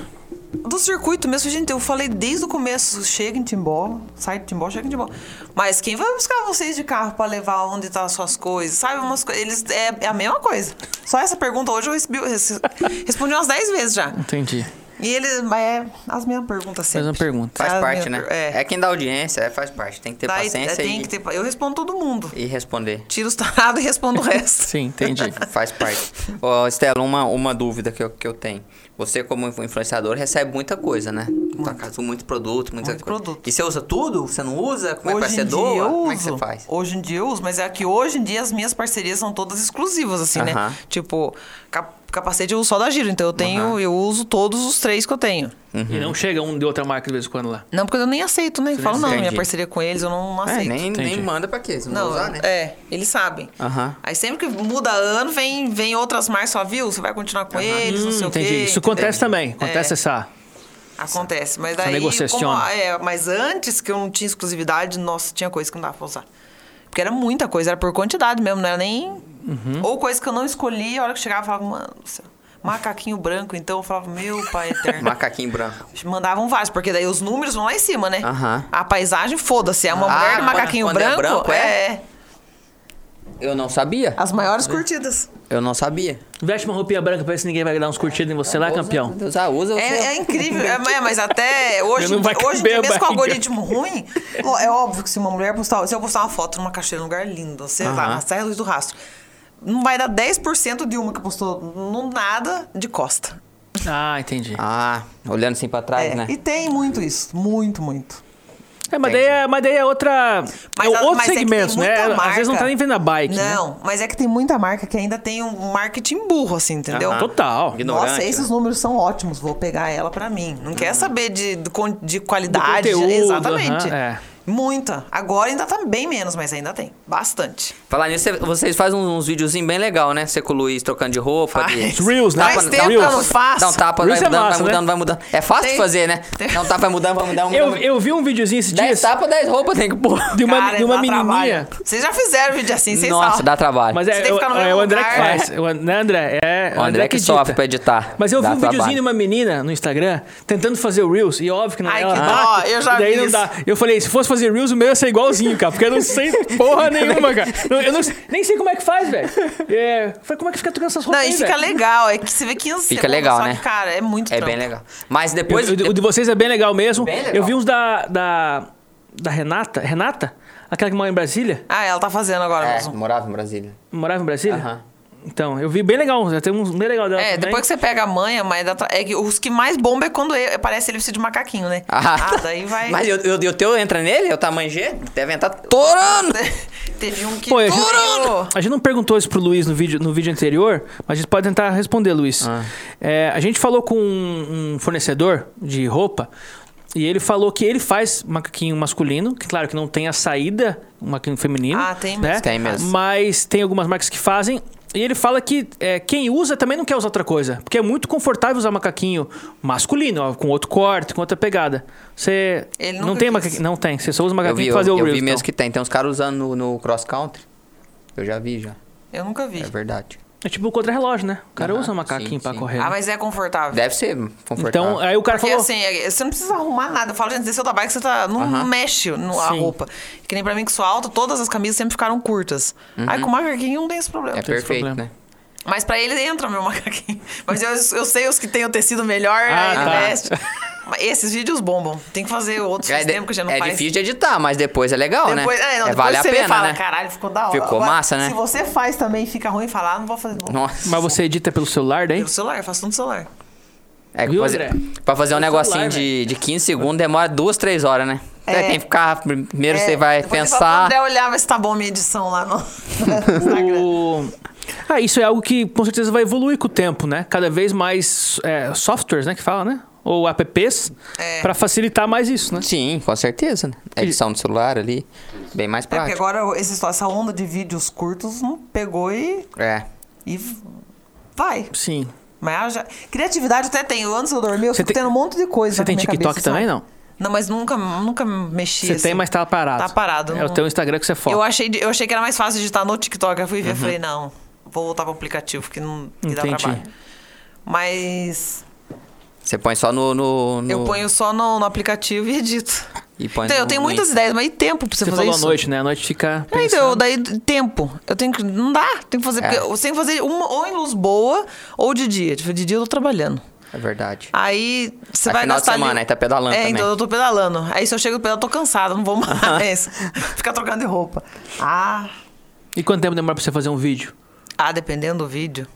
Speaker 3: do circuito mesmo, gente, eu falei desde o começo, chega em Timbó, sai de Timbó, chega em Timbó. Mas quem vai buscar vocês de carro pra levar onde tá as suas coisas? Sabe umas coisas, eles é, é a mesma coisa. Só essa pergunta hoje eu recebi, rece- respondi umas 10 vezes já.
Speaker 1: Entendi.
Speaker 3: E eles, mas é as mesmas perguntas sempre.
Speaker 1: Mesma pergunta.
Speaker 2: Faz
Speaker 3: É as
Speaker 2: parte,
Speaker 3: mesmas
Speaker 2: né?
Speaker 3: per-
Speaker 2: É.
Speaker 3: É.
Speaker 2: quem dá audiência, é, faz parte. Tem que ter
Speaker 3: Daí,
Speaker 2: paciência
Speaker 3: tem
Speaker 2: e,
Speaker 3: que ter, eu respondo todo mundo.
Speaker 2: e responder.
Speaker 3: Tiro os tarados e respondo o resto.
Speaker 1: Sim,
Speaker 3: *laughs*
Speaker 1: entendi.
Speaker 2: *laughs* Faz parte. Ô, Estela, uma, uma dúvida que eu, que eu tenho. Você, como influ- influenciador, recebe muita coisa, né? Muito. Casa, muito produto, muita
Speaker 3: Muito
Speaker 2: coisa.
Speaker 3: produto.
Speaker 2: E você usa tudo? Você não usa? Como é que
Speaker 3: hoje
Speaker 2: você
Speaker 3: em dia
Speaker 2: doa?
Speaker 3: eu uso.
Speaker 2: Como é que você faz?
Speaker 3: Hoje em dia eu uso, mas é que hoje em dia as minhas parcerias são todas exclusivas, assim,
Speaker 2: Aham.
Speaker 3: né? Tipo, cap- capacete eu uso só da Giro, então eu tenho,
Speaker 2: Aham. Hum.
Speaker 3: eu uso todos os três que eu tenho.
Speaker 1: E não chega um de outra marca de vez em quando lá.
Speaker 3: Não, porque eu nem aceito, né? Falo, não,
Speaker 2: aceita.
Speaker 3: minha parceria com eles eu não, não
Speaker 2: É,
Speaker 3: aceito.
Speaker 2: nem, nem
Speaker 1: Entendi.
Speaker 2: manda pra quê? Você não,
Speaker 3: Não,
Speaker 2: vai usar, né? Ah.
Speaker 3: é, eles sabem.
Speaker 2: Aham.
Speaker 3: Aí sempre que muda ano, vem, vem outras marcas, só viu? Você vai continuar com eles, não
Speaker 2: Hum,
Speaker 3: sei
Speaker 1: Hum, entendi.
Speaker 3: o quê. É.
Speaker 1: Isso
Speaker 3: entendeu?
Speaker 1: acontece também. Acontece essa.
Speaker 3: Acontece, mas daí...
Speaker 1: negociaciona.
Speaker 3: como- é, mas antes que eu não tinha exclusividade, nossa, tinha coisa que não dava pra usar. Porque era muita coisa, era por quantidade mesmo, não era nem...
Speaker 2: Uhum.
Speaker 3: Ou coisa que eu não escolhi, a hora que chegava eu falava, mano, do céu, macaquinho branco, então eu falava, meu pai
Speaker 2: É. *laughs*
Speaker 3: eterno.
Speaker 2: Macaquinho branco.
Speaker 3: Mandavam vários, porque daí os números vão lá em cima, né?
Speaker 2: Aham.
Speaker 3: A paisagem, foda-se, é uma
Speaker 2: Ah,
Speaker 3: mulher de
Speaker 2: quando-
Speaker 3: macaquinho
Speaker 2: quando é
Speaker 3: branco,
Speaker 2: branco, é?
Speaker 3: é?
Speaker 2: Eu não sabia.
Speaker 3: As maiores curtidas.
Speaker 2: Eu não sabia.
Speaker 1: Veste uma roupinha branca pra ver se ninguém vai dar uns curtidos em você lá,
Speaker 2: Usa,
Speaker 1: campeão.
Speaker 2: Usa, usa. usa.
Speaker 3: É, é incrível, é, é,
Speaker 1: *laughs*
Speaker 3: mas até hoje,
Speaker 1: Não vai
Speaker 3: hoje em
Speaker 1: caber a
Speaker 3: dia, mesmo com o
Speaker 1: barriga.
Speaker 3: algoritmo ruim, ó, é óbvio que se uma mulher postar, se eu postar uma foto numa cachoeira, num lugar lindo, sei lá,
Speaker 2: Aham.
Speaker 3: na Serra Luz do Rastro, não vai dar 10% de uma que postou no nada de costa.
Speaker 1: Ah, entendi.
Speaker 2: Ah, olhando assim pra trás,
Speaker 3: É,
Speaker 2: né?
Speaker 3: E tem muito isso, muito, muito.
Speaker 1: É, mas daí é, mas daí é outra.
Speaker 3: Mas
Speaker 1: é
Speaker 3: a-
Speaker 1: outro
Speaker 3: mas é que
Speaker 1: segmento,
Speaker 3: tem
Speaker 1: né?
Speaker 3: muita
Speaker 1: Às vezes não tá
Speaker 3: marca.
Speaker 1: nem vendo a bike. né?
Speaker 3: Não, mas é que tem muita marca que ainda tem um marketing burro, assim, entendeu?
Speaker 2: Aham.
Speaker 1: Total.
Speaker 2: Ignorante,
Speaker 3: Nossa,
Speaker 2: né? Hum.
Speaker 3: esses números são ótimos, vou pegar ela pra mim. Não quer saber de, do con- de qualidade,
Speaker 1: Do conteúdo,
Speaker 3: exatamente.
Speaker 1: aham, é.
Speaker 3: Muita. Agora ainda tá bem menos, mas ainda tem. Bastante.
Speaker 2: Falar nisso, cê- vocês fazem uns, uns videozinhos bem legal, né? Você com o Luiz trocando de roupa.
Speaker 3: Faz.
Speaker 2: De...
Speaker 1: Reels, né?
Speaker 2: Tapa-
Speaker 3: Faz
Speaker 2: dá um-
Speaker 3: tempo que eu não faço.
Speaker 2: Dá um tapa, vai
Speaker 1: Reels é
Speaker 2: mudando,
Speaker 1: massa,
Speaker 2: vai mudando, vai mudando. É fácil de
Speaker 3: Tem-
Speaker 2: fazer, né?
Speaker 3: tem-
Speaker 2: Dá um tapa, vai mudando, vai mudando.
Speaker 1: Eu,
Speaker 2: mudando.
Speaker 1: eu vi um videozinho esses
Speaker 2: Dez
Speaker 1: dias
Speaker 2: tapas, dez roupas, tem que pôr.
Speaker 1: de uma,
Speaker 3: Cara,
Speaker 1: de uma
Speaker 3: dá
Speaker 1: menininha.
Speaker 3: trabalho. Vocês já fizeram vídeo assim, vocês
Speaker 2: Nossa,
Speaker 3: falam.
Speaker 2: dá trabalho.
Speaker 1: Mas
Speaker 3: Você
Speaker 1: é,
Speaker 3: tem que
Speaker 1: é,
Speaker 3: ficar no
Speaker 1: é
Speaker 3: mesmo
Speaker 1: o André que
Speaker 3: lugar.
Speaker 1: faz. O An- né, André? É,
Speaker 2: o André que
Speaker 1: edita.
Speaker 2: sofre pra editar.
Speaker 1: Mas eu vi
Speaker 2: Dá
Speaker 1: um videozinho
Speaker 2: trabalho.
Speaker 1: de uma menina no Instagram tentando fazer o Reels, e óbvio que não é
Speaker 3: Ai,
Speaker 1: ela
Speaker 3: que
Speaker 1: bate,
Speaker 3: dó, eu já
Speaker 1: e daí
Speaker 3: vi
Speaker 1: não
Speaker 3: isso.
Speaker 1: dá. Eu falei, se fosse fazer Reels, o meu ia ser igualzinho, cara, porque eu não sei porra nenhuma, cara. Não, Eu não, nem sei como é que faz, velho. É, eu falei, como é que fica trocando essas
Speaker 3: Não,
Speaker 1: roupas?
Speaker 3: e
Speaker 1: aí,
Speaker 3: fica
Speaker 1: velho?
Speaker 3: legal. É que você vê 15
Speaker 2: Fica
Speaker 3: segundos,
Speaker 2: legal,
Speaker 3: só
Speaker 2: né?
Speaker 3: que, cara, é muito
Speaker 2: É
Speaker 3: trampo.
Speaker 2: bem legal. Mas
Speaker 1: Eu-
Speaker 2: depois.
Speaker 1: eu- o de vocês é bem legal mesmo.
Speaker 2: Bem legal.
Speaker 1: Eu vi uns da, da, da Renata. Renata? Aquela que mora em Brasília?
Speaker 3: Ah, ela tá fazendo agora
Speaker 2: É,
Speaker 3: mesmo.
Speaker 2: morava em Brasília.
Speaker 1: Morava em Brasília?
Speaker 2: Aham.
Speaker 1: Então, eu vi bem legal. Tem uns bem legal dela.
Speaker 3: É,
Speaker 1: também.
Speaker 3: depois que você pega a manha, mas dá tra- é que os que mais bomba é quando ele, parece ele vestido de macaquinho, né?
Speaker 2: tá.
Speaker 3: daí vai.
Speaker 2: *laughs* Mas eu- eu- o teu entra nele? É o tamanho G? Deve entrar torando!
Speaker 3: *laughs* Teve um que.
Speaker 1: Pô, a gente,
Speaker 3: Tururu!
Speaker 1: a gente não perguntou isso pro Luiz no vídeo, no vídeo anterior, mas a gente pode tentar responder, Luiz.
Speaker 2: Ah.
Speaker 1: É, a gente falou com um, um fornecedor de roupa e ele falou que ele faz macaquinho masculino, que claro que não tem a saída um macaquinho feminino.
Speaker 3: Ah, tem
Speaker 1: né?
Speaker 3: mesmo.
Speaker 2: Tem mesmo.
Speaker 1: Mas tem algumas marcas que fazem. E ele fala que é, quem usa também não quer usar outra coisa. Porque é muito confortável usar macaquinho masculino, ó, com outro corte, com outra pegada. Você.
Speaker 3: Ele
Speaker 1: não
Speaker 3: nunca
Speaker 1: tem
Speaker 3: quis.
Speaker 1: macaquinho. Não tem. Você só usa
Speaker 2: Eu
Speaker 1: macaquinho
Speaker 2: vi,
Speaker 1: pra
Speaker 2: eu,
Speaker 1: fazer o
Speaker 2: eu
Speaker 1: Reels,
Speaker 2: vi
Speaker 1: então.
Speaker 2: mesmo que tem. Tem uns caras usando no, no cross country. Eu já vi já.
Speaker 3: Eu nunca vi. Ah,
Speaker 2: É verdade.
Speaker 1: É tipo o contra-relógio, né? O cara
Speaker 2: Aham,
Speaker 1: usa um macaquinho
Speaker 2: sim,
Speaker 1: pra
Speaker 2: sim.
Speaker 1: correr. né?
Speaker 3: Ah, mas é confortável.
Speaker 2: Deve ser confortável.
Speaker 1: Então, aí o cara
Speaker 3: Porque
Speaker 1: falou.
Speaker 3: assim, é- você não precisa arrumar nada. Eu falo, gente, esse é o trabalho que você tá. Não
Speaker 2: Aham.
Speaker 3: mexe no, a
Speaker 1: Sim.
Speaker 3: roupa. Que nem pra mim que sou alta, todas as camisas sempre ficaram curtas. Aí com o macaquinho não tem esse problema.
Speaker 2: Uhum. é
Speaker 1: tem esse
Speaker 2: perfeito,
Speaker 1: problema.
Speaker 2: né?
Speaker 3: Mas pra ele entra meu *laughs* macaquinho. Mas eu, eu sei os que tem o tecido melhor,
Speaker 1: Ah,
Speaker 3: aí ele
Speaker 1: tá.
Speaker 2: *laughs*
Speaker 3: veste. Mas Esses vídeos bombam. Tem que fazer outros
Speaker 2: É,
Speaker 3: faz
Speaker 2: de-
Speaker 3: tempo que já não
Speaker 2: é
Speaker 3: faz.
Speaker 2: difícil de editar, mas depois é legal,
Speaker 3: Depois,
Speaker 2: né?
Speaker 3: é, não,
Speaker 2: É,
Speaker 3: depois
Speaker 2: vale a
Speaker 3: você vê e
Speaker 2: pena,
Speaker 3: fala,
Speaker 2: né?
Speaker 3: caralho, ficou da hora.
Speaker 2: Ficou massa, né?
Speaker 3: Se você faz também e fica ruim falar, não vou fazer. Não.
Speaker 2: Nossa.
Speaker 1: Mas você edita pelo celular daí?
Speaker 3: Pelo celular, eu faço tudo no celular.
Speaker 2: É,
Speaker 1: Viu,
Speaker 2: fazer-
Speaker 1: André?
Speaker 2: pra fazer um
Speaker 1: Pelo
Speaker 2: negocinho
Speaker 1: celular, né?
Speaker 2: de, de 15 segundos demora duas, três horas, né?
Speaker 3: É.
Speaker 2: Tem que ficar. Primeiro
Speaker 3: É,
Speaker 2: você vai
Speaker 3: depois eu falo
Speaker 2: pensar.
Speaker 3: pro André olhar ver se tá bom minha edição lá no *laughs* no Instagram.
Speaker 1: O- Ah, isso é algo que com certeza vai evoluir com o tempo, né? Cada vez mais é, softwares, né? Que fala, né? Ou apps,
Speaker 3: É.
Speaker 1: pra facilitar mais isso, né?
Speaker 2: Sim, com certeza. Né? Edição do celular ali. Bem mais
Speaker 3: É porque
Speaker 2: prático.
Speaker 3: agora esse- essa onda de vídeos curtos não pegou e,
Speaker 2: É.
Speaker 3: e vai.
Speaker 1: Sim.
Speaker 3: Mas haja- criatividade eu até tenho. Antes eu dormir, eu
Speaker 1: Você
Speaker 3: fico
Speaker 1: tem-
Speaker 3: tendo um monte de coisa.
Speaker 1: Você
Speaker 3: na
Speaker 1: tem
Speaker 3: minha
Speaker 1: TikTok
Speaker 3: cabeça,
Speaker 1: também,
Speaker 3: sabe?
Speaker 1: não?
Speaker 3: Não, mas nunca, nunca mexi.
Speaker 1: Você
Speaker 3: assim.
Speaker 1: tem, mas tá parado.
Speaker 3: Tá parado,
Speaker 1: É
Speaker 3: não-
Speaker 1: o teu Instagram que você foca.
Speaker 3: Eu achei, de- eu achei que era mais fácil digitar no TikTok. Eu fui ver, falei, não, vou voltar pro aplicativo, que não que dá
Speaker 1: Uhum. Entendi.
Speaker 3: trabalho. Mas
Speaker 2: Você põe só no. no, no-
Speaker 3: eu ponho só no, no aplicativo e edito.
Speaker 2: E põe
Speaker 3: Então,
Speaker 2: no
Speaker 3: eu tenho muitas
Speaker 2: link.
Speaker 3: ideias, mas e tempo pra você,
Speaker 1: Você
Speaker 3: fazer
Speaker 1: falou
Speaker 3: isso?
Speaker 1: à noite, né? À noite fica.
Speaker 3: É,
Speaker 1: pensando.
Speaker 3: então, eu- daí tempo. Eu tenho que. Não dá. Tenho que fazer.
Speaker 2: É.
Speaker 3: Porque eu tenho que fazer uma, ou em luz boa ou de dia. Tipo, de dia eu tô trabalhando.
Speaker 2: É verdade.
Speaker 3: Aí você
Speaker 2: Aí
Speaker 3: vai
Speaker 2: final de
Speaker 3: gastar ali-
Speaker 2: semana, aí tá pedalando
Speaker 3: É,
Speaker 2: também.
Speaker 3: então eu tô pedalando. Aí se eu chego do pedal, eu tô cansada,
Speaker 2: *laughs*
Speaker 3: não vou mais. Ficar trocando de roupa. Ah.
Speaker 1: E quanto tempo demora pra você fazer um vídeo?
Speaker 3: Ah, dependendo do vídeo.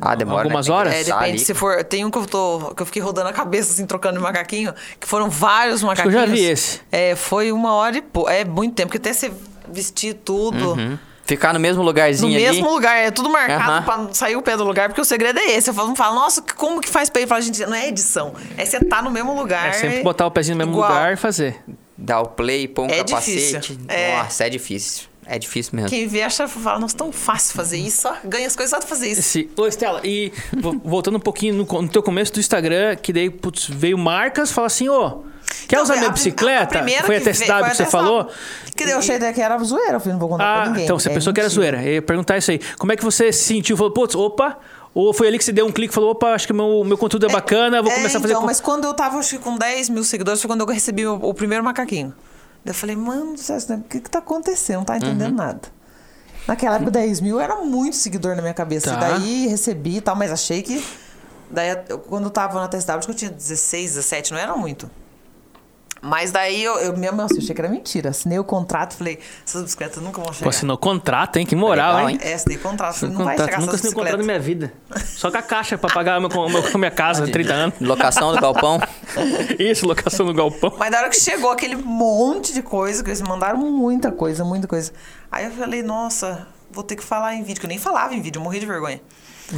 Speaker 2: Ah, demora.
Speaker 1: Algumas
Speaker 2: né? Tem que
Speaker 1: horas?
Speaker 3: É,
Speaker 2: pensar
Speaker 3: depende
Speaker 2: ali.
Speaker 3: se for. Tem um que eu tô. que eu fiquei rodando a cabeça, assim, trocando de macaquinho, que foram vários
Speaker 1: que eu
Speaker 3: macaquinhos.
Speaker 1: já vi esse.
Speaker 3: É, foi uma hora e pouco. É muito tempo, porque até você vestir tudo.
Speaker 2: Hum. Ficar no mesmo
Speaker 3: No
Speaker 2: lugarzinho ali.
Speaker 3: mesmo lugar, é tudo marcado
Speaker 2: Aham.
Speaker 3: pra não sair o pé do lugar, porque o segredo é esse. Eu falo, falo nossa, que- como que faz pra ele? Fala, gente, não é edição. É você tá no mesmo lugar.
Speaker 1: É sempre botar o pezinho no mesmo
Speaker 3: igual.
Speaker 1: lugar e fazer.
Speaker 2: Dar o play, pôr um
Speaker 3: É
Speaker 2: capacete.
Speaker 3: difícil. É.
Speaker 2: Nossa, é difícil. É difícil mesmo.
Speaker 3: Quem vê acha, fala, nossa, tão fácil fazer isso, ó. ganha as coisas só de fazer isso.
Speaker 1: Esse... Ô, Estela, e vo- voltando um pouquinho no, co- no teu começo do Instagram, que daí putz, veio marcas, fala assim, ô, quer
Speaker 3: Então,
Speaker 1: usar
Speaker 3: a
Speaker 1: minha
Speaker 3: prim-
Speaker 1: bicicleta?
Speaker 3: primeira
Speaker 1: foi a
Speaker 3: que veio-
Speaker 1: testado
Speaker 3: foi
Speaker 1: que você
Speaker 3: atestado.
Speaker 1: falou.
Speaker 3: Que daí eu achei até que era zoeira, eu falei, não vou contar
Speaker 1: Ah,
Speaker 3: pra ninguém.
Speaker 1: então você
Speaker 3: É
Speaker 1: pensou que era
Speaker 3: mentira.
Speaker 1: zoeira. Eu ia perguntar isso aí. Como é que você se sentiu? Falou, putz, opa. Ou foi ali que você deu um clique e falou, opa, acho que meu, meu conteúdo é, bacana, vou
Speaker 3: É,
Speaker 1: começar a fazer...
Speaker 3: então,
Speaker 1: con-
Speaker 3: mas quando eu tava, acho que com 10 mil seguidores, foi quando eu recebi o, o primeiro macaquinho. Daí Eu falei, mano, do céu, isso não- o que que tá acontecendo? Não tá entendendo
Speaker 1: Uhum.
Speaker 3: nada. Naquela época, 10 mil era muito seguidor na minha cabeça.
Speaker 1: Tá.
Speaker 3: E daí recebi e tal, mas achei que... Daí, eu- quando eu tava na TSW, acho que eu tinha 16, 17, não era muito. Mas daí, eu, eu mesmo assim, achei que era mentira. Assinei o contrato, falei, essas bicicletas nunca vão
Speaker 1: Pô,
Speaker 3: chegar.
Speaker 1: assinou contrato, hein? Que moral,
Speaker 2: Legal,
Speaker 1: hein?
Speaker 3: É, assinei o contrato, falei, não vai
Speaker 1: Contrato,
Speaker 3: chegar
Speaker 1: nunca
Speaker 3: essas
Speaker 1: assinei um contrato na
Speaker 3: bicicletas.
Speaker 1: minha vida. Só com a caixa pra pagar meu, co- meu, minha casa, 30 anos.
Speaker 2: Locação do
Speaker 3: *laughs*
Speaker 2: galpão.
Speaker 1: Isso, locação no galpão.
Speaker 3: Mas da hora que chegou aquele monte de coisa, que eles mandaram muita coisa, muita coisa. Aí eu falei, nossa, vou ter que falar em vídeo, que eu nem falava em vídeo, eu morri de vergonha.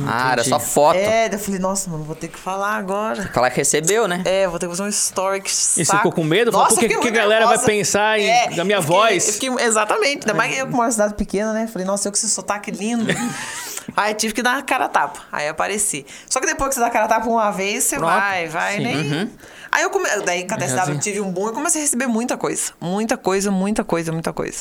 Speaker 2: Ah, era só foto.
Speaker 3: É, daí eu falei, nossa, mano, vou ter que falar agora.
Speaker 2: Falar que recebeu, né?
Speaker 3: É, vou ter que fazer um story que
Speaker 1: E você ficou com medo? Falou,
Speaker 3: Nossa,
Speaker 1: pô, que-
Speaker 3: eu fiquei
Speaker 1: que
Speaker 3: muito
Speaker 1: a galera vai
Speaker 3: nervosa. É,
Speaker 1: pensar em- da minha
Speaker 3: eu fiquei-
Speaker 1: voz?
Speaker 3: eu fiquei- exatamente. Ainda mais eu que moro em cidade pequena, né? Falei, nossa, eu com esse
Speaker 1: *laughs*
Speaker 3: sotaque lindo. Aí tive que dar uma cara a tapa. Aí eu apareci. Só que depois que você dá a cara a tapa uma vez, você
Speaker 2: Pronto.
Speaker 3: vai, vai,
Speaker 1: Sim. Uhum.
Speaker 3: né? Aí eu come... Daí com a TSW eu
Speaker 2: Legalzinho.
Speaker 3: tive um boom, eu comecei a receber muita coisa. Muita coisa, muita coisa, muita coisa.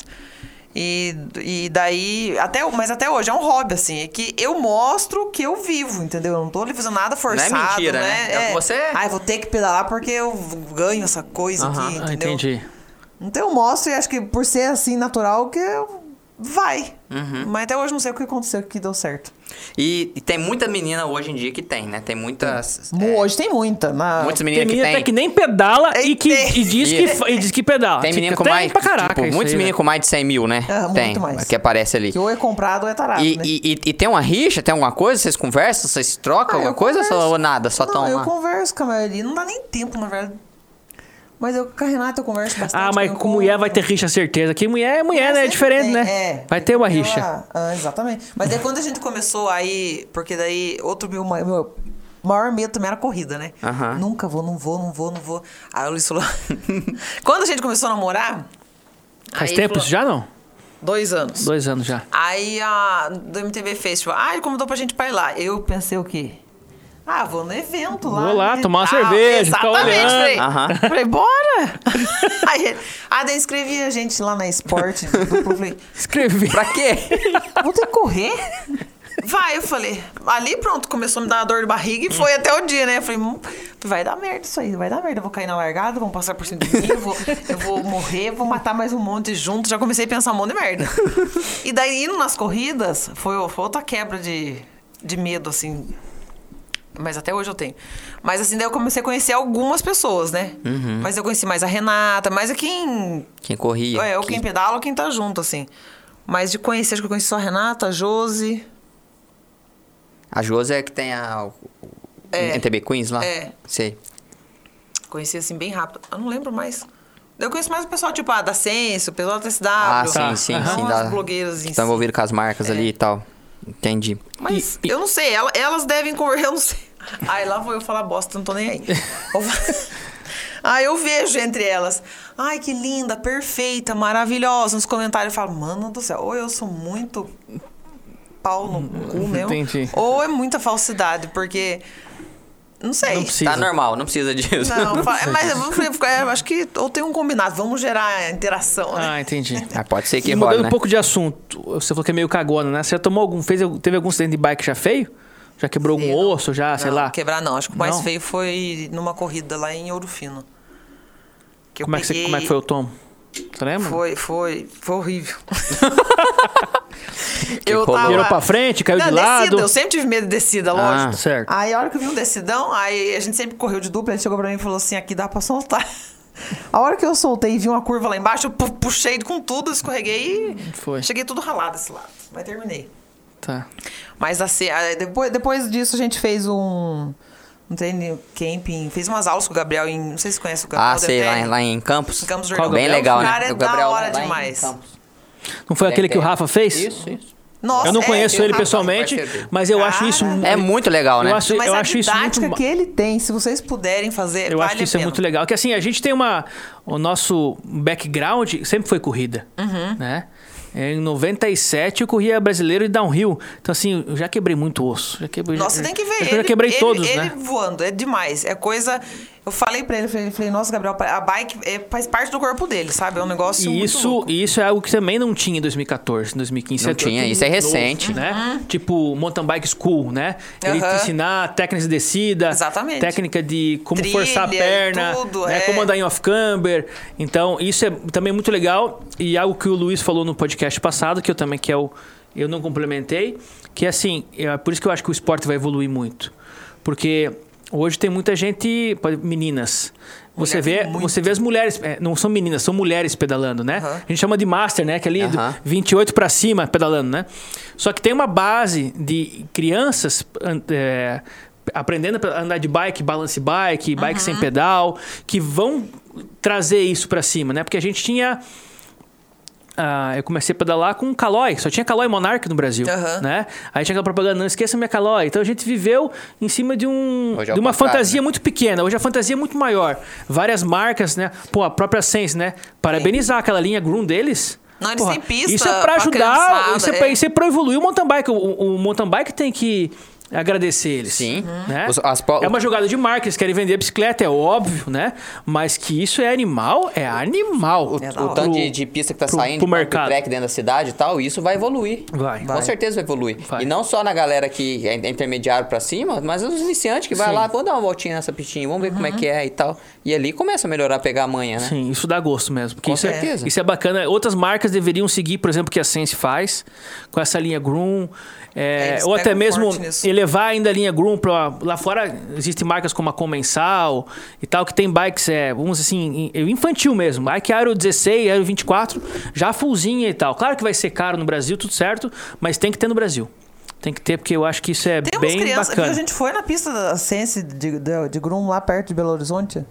Speaker 3: E, e daí, até, mas até hoje é um hobby, assim, é que eu mostro que eu vivo, entendeu? Eu não tô ali fazendo nada forçado,
Speaker 2: mentira, né? É o que você é.
Speaker 3: Ah, eu vou ter que pedalar porque eu ganho essa coisa
Speaker 2: Aham,
Speaker 3: aqui,
Speaker 1: Ah,
Speaker 3: entendeu?
Speaker 1: entendi.
Speaker 3: Então eu mostro e acho que por ser assim natural que eu- vai.
Speaker 2: Uhum.
Speaker 3: Mas até hoje não sei o que aconteceu que deu certo.
Speaker 2: E, e tem muita menina hoje em dia que tem, né? Tem muitas.
Speaker 3: Mu-
Speaker 2: é,
Speaker 3: Hoje tem muita. Na...
Speaker 2: muitas
Speaker 1: Tem
Speaker 2: meninas
Speaker 1: menina
Speaker 2: que
Speaker 1: até
Speaker 2: tem.
Speaker 1: que nem pedala e, que, e, diz que, fa- e diz que pedala.
Speaker 2: Tem
Speaker 1: Fica
Speaker 2: menino com
Speaker 1: até
Speaker 2: mais.
Speaker 1: Pra caraca,
Speaker 2: tipo,
Speaker 1: isso
Speaker 2: muitos
Speaker 1: aí,
Speaker 2: meninos com mais de 100 mil, né?
Speaker 3: Ah, muito
Speaker 2: tem.
Speaker 3: mais.
Speaker 2: Que aparece ali.
Speaker 3: Que ou é comprado ou é tarado,
Speaker 2: E,
Speaker 3: né?
Speaker 2: e, e- e tem uma rixa? Tem alguma coisa? Vocês conversam? Vocês trocam
Speaker 3: Ah, eu
Speaker 2: alguma coisa
Speaker 3: converso.
Speaker 2: ou nada? Só
Speaker 3: não,
Speaker 2: tão
Speaker 3: eu
Speaker 2: lá?
Speaker 3: converso com a maioria. Não dá nem tempo, na verdade. Mas eu com a Renata eu converso bastante.
Speaker 1: Ah, mas
Speaker 3: eu
Speaker 1: com mulher vai ter rixa, certeza. Que mulher é mulher, né? É
Speaker 3: Sempre
Speaker 1: diferente,
Speaker 3: tem,
Speaker 1: né?
Speaker 3: É.
Speaker 1: Vai ter uma
Speaker 3: Aquela-
Speaker 1: rixa.
Speaker 3: Ah, exatamente. Mas daí quando a gente começou aí, porque daí outro meu, ma- meu maior medo também era corrida, né?
Speaker 2: Aham.
Speaker 3: Nunca vou, não vou, não vou, não vou. Aí o Luiz falou. *laughs* quando a gente começou a namorar,
Speaker 1: Faz
Speaker 3: Aí
Speaker 1: tempo
Speaker 3: falou-
Speaker 1: isso já, não?
Speaker 3: dois anos.
Speaker 1: Dois anos já.
Speaker 3: Aí a do MTV fez, tipo, ah, ele convidou pra gente pra ir lá. Eu pensei o quê? Ah, vou no evento lá.
Speaker 1: Vou lá
Speaker 3: né,
Speaker 1: tomar uma
Speaker 3: tal.
Speaker 1: cerveja, ficar
Speaker 3: Exatamente,
Speaker 1: olhando.
Speaker 3: falei.
Speaker 2: Aham.
Speaker 3: Falei, bora! *laughs* Aí, ele- ah, daí inscrevi a gente lá na esporte. duplo, falei,
Speaker 1: Escrevi.
Speaker 3: *laughs*
Speaker 2: Pra quê?
Speaker 3: vou ter que correr? Vai, eu falei. Ali pronto, começou a me dar uma dor de barriga e foi até o dia, né? Eu falei, "Hum, vai dar merda isso aí, vai dar merda. Eu vou cair na largada, vão passar por cima de mim, eu vou, eu vou morrer, vou matar mais um monte junto. Já comecei a pensar um monte de merda. E daí, indo nas corridas, foi, foi outra quebra de, de medo, assim. Mas até hoje eu tenho. Mas assim, daí eu comecei a conhecer algumas pessoas, né? Mas eu conheci mais a Renata, mais a quem
Speaker 2: Quem corria?
Speaker 3: é, ou
Speaker 2: que-
Speaker 3: quem pedala ou quem tá junto, assim. Mas de conhecer, acho que eu conheci só a Renata, a Josi.
Speaker 2: A Josi é que tem a. o- o-
Speaker 3: É.
Speaker 2: MTB Queens lá?
Speaker 3: É.
Speaker 2: Sei.
Speaker 3: Conheci assim bem rápido. Eu não lembro mais. Eu conheço mais o pessoal, tipo, ah, da Senso, o pessoal da SW.
Speaker 2: Ah,
Speaker 1: Tá.
Speaker 2: sim, sim,
Speaker 1: Aham.
Speaker 2: sim. tá
Speaker 3: Não
Speaker 2: dá-
Speaker 3: as blogueiras em
Speaker 2: Estão
Speaker 3: si.
Speaker 2: envolvidos com as
Speaker 3: É.
Speaker 2: marcas ali e tal. Entendi. Tá
Speaker 3: Mas
Speaker 1: E- e-
Speaker 3: eu não sei, ela- elas devem conversar, eu não *laughs* sei. Aí lá vou eu falar bosta, não tô
Speaker 1: *laughs*
Speaker 3: nem aí. Eu *laughs* fa- Aí eu vejo entre elas. Ai, que linda, perfeita, maravilhosa. Nos comentários eu falo, mano do céu, ou eu sou muito pau no cu
Speaker 1: *laughs*
Speaker 3: mesmo.
Speaker 1: Entendi.
Speaker 3: Ou é muita falsidade, porque. Não sei.
Speaker 1: Não precisa.
Speaker 2: Tá normal, não precisa disso.
Speaker 3: Não, fa- mas eu vou- é, acho que ou tem um combinado, vamos gerar interação, né?
Speaker 1: Ah,
Speaker 2: *laughs*
Speaker 1: entendi.
Speaker 2: *laughs* Ah, pode ser que
Speaker 1: Mudando
Speaker 2: role, né?
Speaker 1: um pouco de assunto, você falou que é meio cagona, né? Você já tomou algum, fez, algum- teve algum acidente de bike já feio? Já quebrou algum
Speaker 3: Feio, não.
Speaker 1: osso, já, sei
Speaker 3: Não,
Speaker 1: lá?
Speaker 3: Quebrar não. Acho que o mais
Speaker 1: Não?
Speaker 3: feio foi numa corrida lá em Ouro Fino. Que eu
Speaker 1: Como é, que você-
Speaker 3: peguei-
Speaker 1: como é que foi o tom? Você lembra?
Speaker 3: Foi, foi,
Speaker 1: *laughs*
Speaker 3: foi horrível.
Speaker 2: rolou?
Speaker 1: Virou pra frente, caiu
Speaker 3: Não,
Speaker 1: de
Speaker 3: descida,
Speaker 1: lado.
Speaker 3: Eu sempre tive medo de descida, lógico.
Speaker 1: Ah, certo.
Speaker 3: Aí a hora que eu vi um descidão, aí a gente sempre correu de dupla, ele chegou pra mim e falou assim, aqui dá pra soltar. A hora que eu soltei e vi uma curva lá embaixo, eu pu- puxei com tudo, escorreguei e
Speaker 1: Foi.
Speaker 3: cheguei tudo ralado esse lado. Mas terminei.
Speaker 1: Tá.
Speaker 3: Mas assim, a- depois, depois disso a gente fez um, um treino camping, fez umas aulas com o Gabriel em. Não sei se você conhece o Gabriel.
Speaker 2: Ah, sei, lá, em-
Speaker 3: Deltelli.
Speaker 2: lá em Campos.
Speaker 3: Em Campos do
Speaker 1: Qual
Speaker 3: Jordão.
Speaker 2: Bem
Speaker 1: Gabriel?
Speaker 2: legal, né?
Speaker 3: Cara, é
Speaker 2: O Gabriel
Speaker 3: da hora
Speaker 2: lá em
Speaker 3: demais.
Speaker 2: Campos.
Speaker 1: Não foi aquele que o
Speaker 2: Deve ter.
Speaker 1: Rafa fez?
Speaker 2: Isso, isso.
Speaker 3: Nossa,
Speaker 1: Eu não
Speaker 3: é,
Speaker 1: conheço
Speaker 3: eu-
Speaker 1: ele
Speaker 3: Rafa,
Speaker 1: pessoalmente,
Speaker 2: parceiro.
Speaker 1: mas eu acho isso.
Speaker 3: Cara.
Speaker 2: É muito legal, né?
Speaker 1: Eu acho,
Speaker 3: Mas
Speaker 1: eu
Speaker 3: a
Speaker 1: acho isso muito.
Speaker 3: didática
Speaker 1: ma-
Speaker 3: que ele tem, se vocês puderem fazer,
Speaker 1: Eu
Speaker 3: vale
Speaker 1: acho que isso é
Speaker 3: a pena.
Speaker 1: muito legal. Que assim, a gente tem uma. O nosso background sempre foi corrida.
Speaker 3: Uhum.
Speaker 1: Né? Em 97 eu corria brasileiro e downhill. Então, assim, eu já quebrei muito osso. Já quebrei,
Speaker 3: Nossa,
Speaker 1: já,
Speaker 3: você tem que
Speaker 1: Eu
Speaker 3: ver
Speaker 1: já
Speaker 3: ele.
Speaker 1: quebrei
Speaker 3: ele-
Speaker 1: todos,
Speaker 3: ele
Speaker 1: né?
Speaker 3: voando, é demais. É coisa... Eu falei pra ele, eu falei, eu falei, nossa, Gabriel, a bike é- faz parte do corpo dele, sabe? É um negócio
Speaker 1: E
Speaker 3: muito
Speaker 1: isso,
Speaker 3: louco.
Speaker 1: e isso é algo que também não tinha em 2014, em 2015.
Speaker 2: Não
Speaker 1: Era tudo
Speaker 2: tinha, isso é
Speaker 1: novo,
Speaker 2: recente.
Speaker 1: né? Tipo mountain bike school, né? Ele te
Speaker 3: Uhum. Aham.
Speaker 1: ensinar técnicas de descida,
Speaker 3: Exatamente.
Speaker 1: técnica de como
Speaker 3: Trilha
Speaker 1: forçar a
Speaker 3: e
Speaker 1: perna,
Speaker 3: tudo,
Speaker 1: né?
Speaker 3: é.
Speaker 1: como andar em off camber. Então, isso é também muito legal e algo que o Luiz falou no podcast passado, que eu também que é o eu não complementei, que é assim, é por isso que eu acho que o esporte vai evoluir muito. Porque hoje tem muita gente, pode- meninas. Você
Speaker 3: Mulher
Speaker 1: vê,
Speaker 3: tem muito.
Speaker 1: você vê as mulheres, é, não são meninas, são mulheres pedalando, né?
Speaker 3: Aham.
Speaker 1: A gente chama de master, né? Que ali do
Speaker 2: Aham.
Speaker 1: 28 pra cima pedalando, né? Só que tem uma base de crianças an- é, aprendendo a andar de bike, balance bike, bike sem pedal, que vão trazer isso pra cima, né? Porque a gente tinha ah, eu comecei a pedalar com Calói. Só tinha Calói Monarch no Brasil,
Speaker 3: Aham.
Speaker 1: né? Aí tinha aquela propaganda, não esqueça minha Calói. Então a gente viveu em cima de, um,
Speaker 2: Hoje é o
Speaker 1: de uma
Speaker 2: contrário,
Speaker 1: fantasia
Speaker 2: né?
Speaker 1: muito pequena. Hoje a fantasia é muito maior. Várias marcas, né? Pô, a própria Sense, né? Parabenizar aquela linha Groom deles.
Speaker 3: Não, eles
Speaker 1: Porra,
Speaker 3: têm pista
Speaker 1: Isso é pra
Speaker 3: pra
Speaker 1: ajudar,
Speaker 3: criançada,
Speaker 1: isso é pra,
Speaker 3: é.
Speaker 1: isso é pra evoluir o mountain bike. O, o- o mountain bike tem que agradecer eles.
Speaker 2: Sim. Uhum.
Speaker 1: né?
Speaker 2: Os- as po-
Speaker 1: É uma jogada de marca, eles querem vender bicicleta, é óbvio, né? Mas que isso é animal, é animal.
Speaker 2: O,
Speaker 3: É da
Speaker 2: o
Speaker 3: hora.
Speaker 2: tanto de,
Speaker 1: Pro-
Speaker 2: de pista que tá
Speaker 1: pro-
Speaker 2: saindo,
Speaker 1: pro
Speaker 2: de
Speaker 1: mercado.
Speaker 2: track dentro da cidade e tal, isso vai evoluir.
Speaker 1: Vai.
Speaker 2: Com
Speaker 1: Vai.
Speaker 2: certeza vai evoluir.
Speaker 1: Vai.
Speaker 2: E não só na galera que é intermediário pra cima, mas os iniciantes que vai lá, vou dar uma voltinha nessa pistinha, vamos ver como
Speaker 3: Uhum.
Speaker 2: é que é e tal. E ali começa a melhorar, pegar a manha, né?
Speaker 1: Sim, isso dá gosto mesmo. Porque
Speaker 2: Com
Speaker 1: isso, é,
Speaker 2: certeza.
Speaker 1: isso é bacana. Outras marcas deveriam seguir, por exemplo, o que a Sense faz, com essa linha Groom. é,
Speaker 3: É, eles
Speaker 1: ou até
Speaker 3: pegam
Speaker 1: mesmo
Speaker 3: forte nisso.
Speaker 1: elevar ainda a linha Groom para Lá fora existem marcas como a Comensal e tal, que tem bikes, é, vamos assim, in- infantil mesmo. Bike Aero 16, Aero 24, já fullzinha e tal. Claro que vai ser caro no Brasil, tudo certo, mas tem que ter no Brasil. Tem que ter, porque eu acho que isso é
Speaker 3: Tem umas
Speaker 1: bem
Speaker 3: crianças. viu?
Speaker 1: bacana.
Speaker 3: A gente foi na pista da Sense de, de, de Grum lá perto de Belo Horizonte.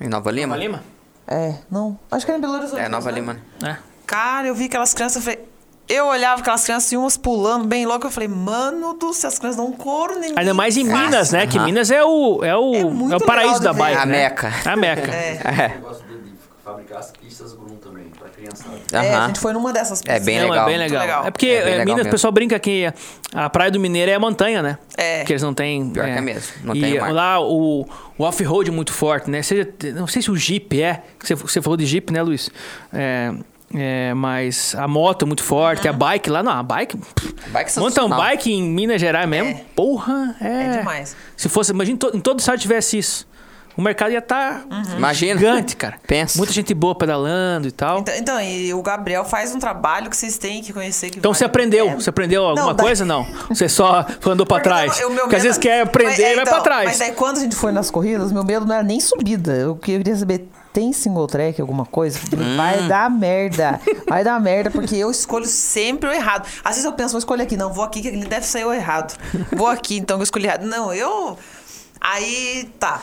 Speaker 2: Em Nova Lima?
Speaker 1: Uma lima?
Speaker 3: É, não. Acho que era em Belo Horizonte.
Speaker 2: É, Nova
Speaker 3: né?
Speaker 2: Lima, né?
Speaker 1: É.
Speaker 3: Cara, eu vi aquelas crianças, eu falei. Eu olhava aquelas crianças e umas pulando bem logo. Eu falei, mano do céu, as crianças dão um couro em mim.
Speaker 1: Ainda mais em
Speaker 2: Nossa,
Speaker 1: Minas, né? Que
Speaker 2: aham.
Speaker 1: Minas é o, é o,
Speaker 3: É
Speaker 1: é
Speaker 3: muito
Speaker 1: o paraíso
Speaker 3: legal de
Speaker 1: da
Speaker 3: ver.
Speaker 1: Baia.
Speaker 2: A
Speaker 1: né?
Speaker 2: Meca.
Speaker 1: A Meca.
Speaker 3: É.
Speaker 4: Eu
Speaker 2: É.
Speaker 4: gosto de fabricar as pistas Grum também, pra criançada.
Speaker 3: É, a
Speaker 2: Aham.
Speaker 3: gente foi numa dessas
Speaker 2: É
Speaker 3: pistas.
Speaker 2: bem
Speaker 1: Não,
Speaker 2: legal.
Speaker 1: é bem legal.
Speaker 3: legal.
Speaker 1: É porque
Speaker 2: É bem
Speaker 1: eh,
Speaker 2: legal
Speaker 1: Minas, o
Speaker 2: mesmo.
Speaker 1: pessoal brinca que a Praia do Mineiro é a montanha, né?
Speaker 3: É.
Speaker 1: Porque eles não têm.
Speaker 2: Pior que é mesmo, não
Speaker 1: e
Speaker 2: tem mar.
Speaker 1: lá o, o off-road é muito forte, né? Seja, não sei se o Jeep é. que Você, você falou de Jeep, né, Luiz? É, é, mas a moto é muito forte, a bike lá, não, a bike.
Speaker 2: Bike
Speaker 1: Mountain
Speaker 2: sensacional.
Speaker 1: bike em Minas Gerais mesmo,
Speaker 3: É.
Speaker 1: porra, é.
Speaker 3: É demais.
Speaker 1: Se fosse, imagina to- em todo estado tivesse isso. O mercado ia estar
Speaker 3: Uhum.
Speaker 2: Imagina.
Speaker 1: gigante, cara.
Speaker 2: Pensa.
Speaker 1: Muita gente boa pedalando e tal.
Speaker 3: Então, então, e o Gabriel faz um trabalho que vocês têm que conhecer. Que
Speaker 1: Então
Speaker 3: vale
Speaker 1: você
Speaker 3: a
Speaker 1: aprendeu?
Speaker 3: pena.
Speaker 1: Você aprendeu alguma
Speaker 3: daí-
Speaker 1: coisa? Não. Você só andou pra
Speaker 3: é. Porque
Speaker 1: trás.
Speaker 3: eu- o meu
Speaker 1: Porque às
Speaker 3: medo-
Speaker 1: vezes quer aprender
Speaker 3: Mas,
Speaker 1: e
Speaker 3: é,
Speaker 1: vai
Speaker 3: então,
Speaker 1: pra trás.
Speaker 3: Mas daí quando a gente foi nas corridas, meu medo não era nem subida. Eu queria saber, tem single track, alguma coisa?
Speaker 1: Hum.
Speaker 3: Vai dar merda. Vai dar merda, porque eu escolho sempre o errado. Às vezes eu penso, vou escolher aqui. Não, vou aqui, que ele deve sair o errado. Vou aqui, então, que eu escolhi errado. Não, eu... Aí, tá.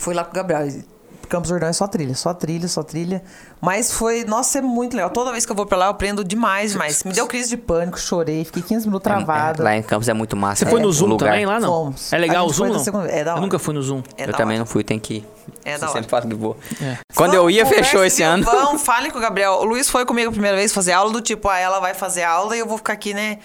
Speaker 3: Fui lá com o Gabriel. e Campos do Jordão é só trilha, só trilha, só trilha. Mas foi, nossa, é muito legal. Toda vez que eu vou pra lá, eu aprendo demais, demais. Me deu crise de pânico, chorei, fiquei 15 minutos travada.
Speaker 2: É, lá em Campos é muito massa.
Speaker 1: Você foi
Speaker 2: é,
Speaker 1: no
Speaker 2: o
Speaker 1: Zoom
Speaker 2: lugar.
Speaker 1: também lá, não?
Speaker 3: Fomos.
Speaker 1: É legal
Speaker 3: A
Speaker 1: o
Speaker 3: gente foi
Speaker 1: Zoom,
Speaker 3: na
Speaker 1: não?
Speaker 3: segunda- é da
Speaker 1: Eu
Speaker 3: hora.
Speaker 1: nunca fui no Zoom.
Speaker 3: É
Speaker 2: eu
Speaker 3: da
Speaker 2: também
Speaker 3: hora.
Speaker 2: não fui, tem que ir.
Speaker 3: É
Speaker 2: Você
Speaker 3: da hora.
Speaker 2: sempre fala que vou.
Speaker 1: É.
Speaker 2: Quando eu ia,
Speaker 3: Conversa,
Speaker 2: fechou esse
Speaker 3: viu?
Speaker 2: ano.
Speaker 3: Vão, falem com o Gabriel. O Luiz foi comigo a primeira vez fazer aula, do tipo, ah, ela vai fazer aula e eu vou ficar aqui, né?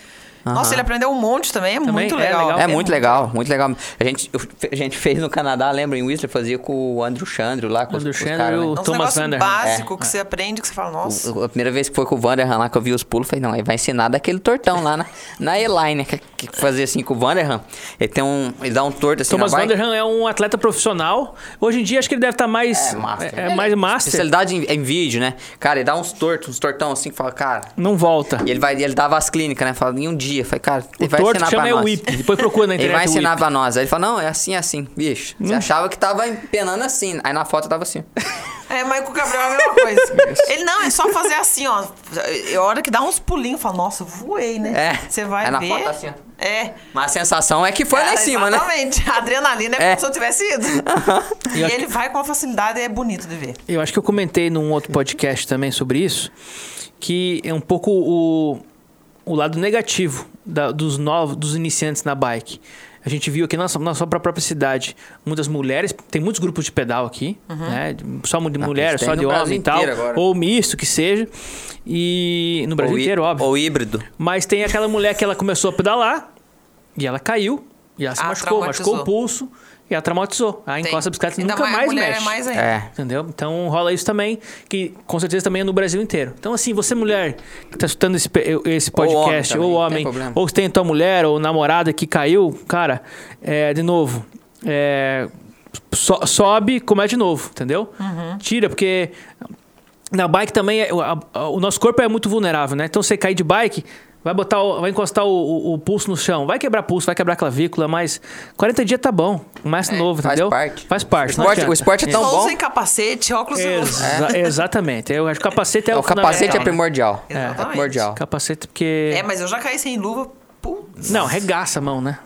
Speaker 3: Nossa, ele aprendeu um monte também, é muito
Speaker 1: é
Speaker 3: legal.
Speaker 1: legal.
Speaker 2: É muito legal, muito legal. A gente, eu- a gente fez no Canadá, lembra? Em Whistler, fazia com o Andrew Chandro lá, com os-
Speaker 1: Andrew
Speaker 2: os
Speaker 1: Chandro
Speaker 2: caras,
Speaker 1: e
Speaker 2: né?
Speaker 1: o-
Speaker 3: É um
Speaker 1: Thomas
Speaker 3: negócio
Speaker 1: Vanderham.
Speaker 3: básico que você aprende, que você fala, nossa.
Speaker 2: É. O- né? A primeira vez que foi com o Vanderham lá, que eu vi os pulos, eu falei, não, ele vai ensinar daquele tortão lá na, na E-Line, que, que fazia assim com o Vanderham. Ele tem um. Ele dá um torto assim
Speaker 1: Thomas
Speaker 2: na bike.
Speaker 1: Vanderham é um atleta profissional. Hoje em dia acho que ele deve estar mais.
Speaker 2: É, master.
Speaker 1: é- é mais master.
Speaker 2: Especialidade em, em vídeo, né? Cara, ele dá uns tortos, uns tortão assim, que fala, cara.
Speaker 1: Não volta.
Speaker 2: E ele, vai, ele dava as clínicas, né? Fala, em um dia. Eu Falei, cara, ele
Speaker 1: O
Speaker 2: vai
Speaker 1: torto
Speaker 2: ensinar
Speaker 1: chama
Speaker 2: pra
Speaker 1: é o
Speaker 2: nós.
Speaker 1: whip. Depois procura na
Speaker 2: Ele
Speaker 1: internet. é o
Speaker 2: vai
Speaker 1: Hum. whip.
Speaker 2: ensinar pra nós. Aí ele fala, não, é assim, é assim. Bicho, você achava que tava empenando assim. Aí na foto tava assim.
Speaker 3: É, mas com o Gabriel é a
Speaker 2: *laughs*
Speaker 3: mesma coisa. Ele não, é só fazer assim, ó. É hora que dá uns pulinhos, fala, nossa, voei, né?
Speaker 2: É.
Speaker 3: Você vai
Speaker 2: É na
Speaker 3: ver.
Speaker 2: foto, assim, ó.
Speaker 3: É.
Speaker 2: Mas a sensação é que foi lá em
Speaker 3: É,
Speaker 2: cima, né?
Speaker 3: Exatamente. A adrenalina é como
Speaker 2: É.
Speaker 3: se eu tivesse ido.
Speaker 1: E
Speaker 3: E
Speaker 1: eu acho
Speaker 3: ele vai com uma facilidade e é bonito de ver.
Speaker 1: Eu acho que eu comentei num outro podcast também sobre isso, que é um pouco o, o lado negativo da- dos novos, dos iniciantes na bike. A gente viu aqui na nossa, na nossa própria cidade muitas mulheres, tem muitos grupos de pedal aqui, né? Só de mulher,
Speaker 2: mas tem
Speaker 1: só
Speaker 2: no
Speaker 1: de
Speaker 2: Brasil
Speaker 1: homem e tal,
Speaker 2: inteiro agora.
Speaker 1: ou misto que seja. E no Brasil
Speaker 2: Ou hí-
Speaker 1: inteiro, óbvio.
Speaker 2: Ou híbrido.
Speaker 1: Mas tem aquela mulher que ela começou a pedalar e ela caiu e ela se
Speaker 3: Ah,
Speaker 1: machucou, machucou o
Speaker 3: traumatizou.
Speaker 1: pulso e ela traumatizou. Aí
Speaker 3: Tem.
Speaker 1: encosta a bicicleta e
Speaker 3: Ainda
Speaker 1: nunca mais
Speaker 3: mulher
Speaker 1: mexe.
Speaker 3: É mais ainda.
Speaker 2: É.
Speaker 1: Entendeu? Então rola isso também, que com certeza também é no Brasil inteiro. Então, assim, você, mulher, que tá escutando esse, pe- esse podcast,
Speaker 2: homem
Speaker 1: ou
Speaker 2: também, não tem
Speaker 1: homem,
Speaker 2: problema.
Speaker 1: ou se tem tua mulher ou namorada que caiu, cara, é, de novo, é, so- sobe, começa de novo, entendeu? Tira, porque na bike também, é- o- a- a- o nosso corpo é muito vulnerável, né? Então, você cair de bike, vai botar, o- vai encostar o, o- o pulso no chão, vai quebrar pulso, vai quebrar clavícula, mas 40 dias tá bom, começa de novo,
Speaker 2: É, faz
Speaker 1: entendeu?
Speaker 2: parte.
Speaker 1: Faz parte.
Speaker 2: O
Speaker 1: não
Speaker 2: esporte- o
Speaker 1: adianta.
Speaker 2: esporte é tão
Speaker 3: Só
Speaker 2: bom. É.
Speaker 3: usem capacete, óculos e luz.
Speaker 2: *laughs*
Speaker 1: Exa- Exatamente. Eu acho que o capacete é o
Speaker 2: o capacete é
Speaker 1: fundamental, né?
Speaker 2: primordial.
Speaker 3: É. Exatamente.
Speaker 2: primordial.
Speaker 1: Capacete porque...
Speaker 3: É, mas eu já caí sem luva. Putz.
Speaker 1: Não, regaça a mão, né?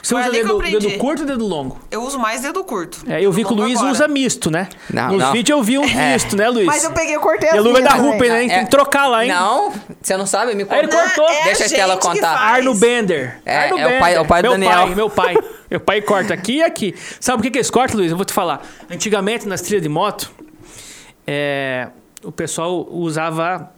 Speaker 1: Você
Speaker 3: Foi
Speaker 1: usa
Speaker 3: ali que
Speaker 1: dedo,
Speaker 3: eu aprendi.
Speaker 1: dedo curto ou dedo longo?
Speaker 3: Eu uso mais dedo curto.
Speaker 1: É, eu vi que o
Speaker 3: Longo
Speaker 1: Luiz
Speaker 3: agora.
Speaker 1: usa misto, né?
Speaker 2: Não,
Speaker 1: Nos
Speaker 2: não. É.
Speaker 1: vídeos eu vi um misto, né, Luiz?
Speaker 5: Mas eu peguei, eu cortei
Speaker 1: E a
Speaker 5: as
Speaker 1: luva é da
Speaker 5: minhas também.
Speaker 1: Rupen, né? hein? Tem que trocar lá, hein?
Speaker 2: Não, você não sabe, me
Speaker 1: Aí ele
Speaker 2: contou.
Speaker 1: cortou. É
Speaker 2: Deixa
Speaker 3: a
Speaker 2: a ela
Speaker 3: gente que
Speaker 2: contar.
Speaker 3: faz.
Speaker 1: Arno Bender.
Speaker 2: É,
Speaker 1: Arno
Speaker 2: é o pai- é o pai do
Speaker 1: meu
Speaker 2: Daniel.
Speaker 1: Pai, meu pai. meu pai corta aqui e aqui. Sabe por que, que eles cortam, Luiz? Eu vou te falar. Antigamente, nas trilhas de moto, é, o pessoal usava.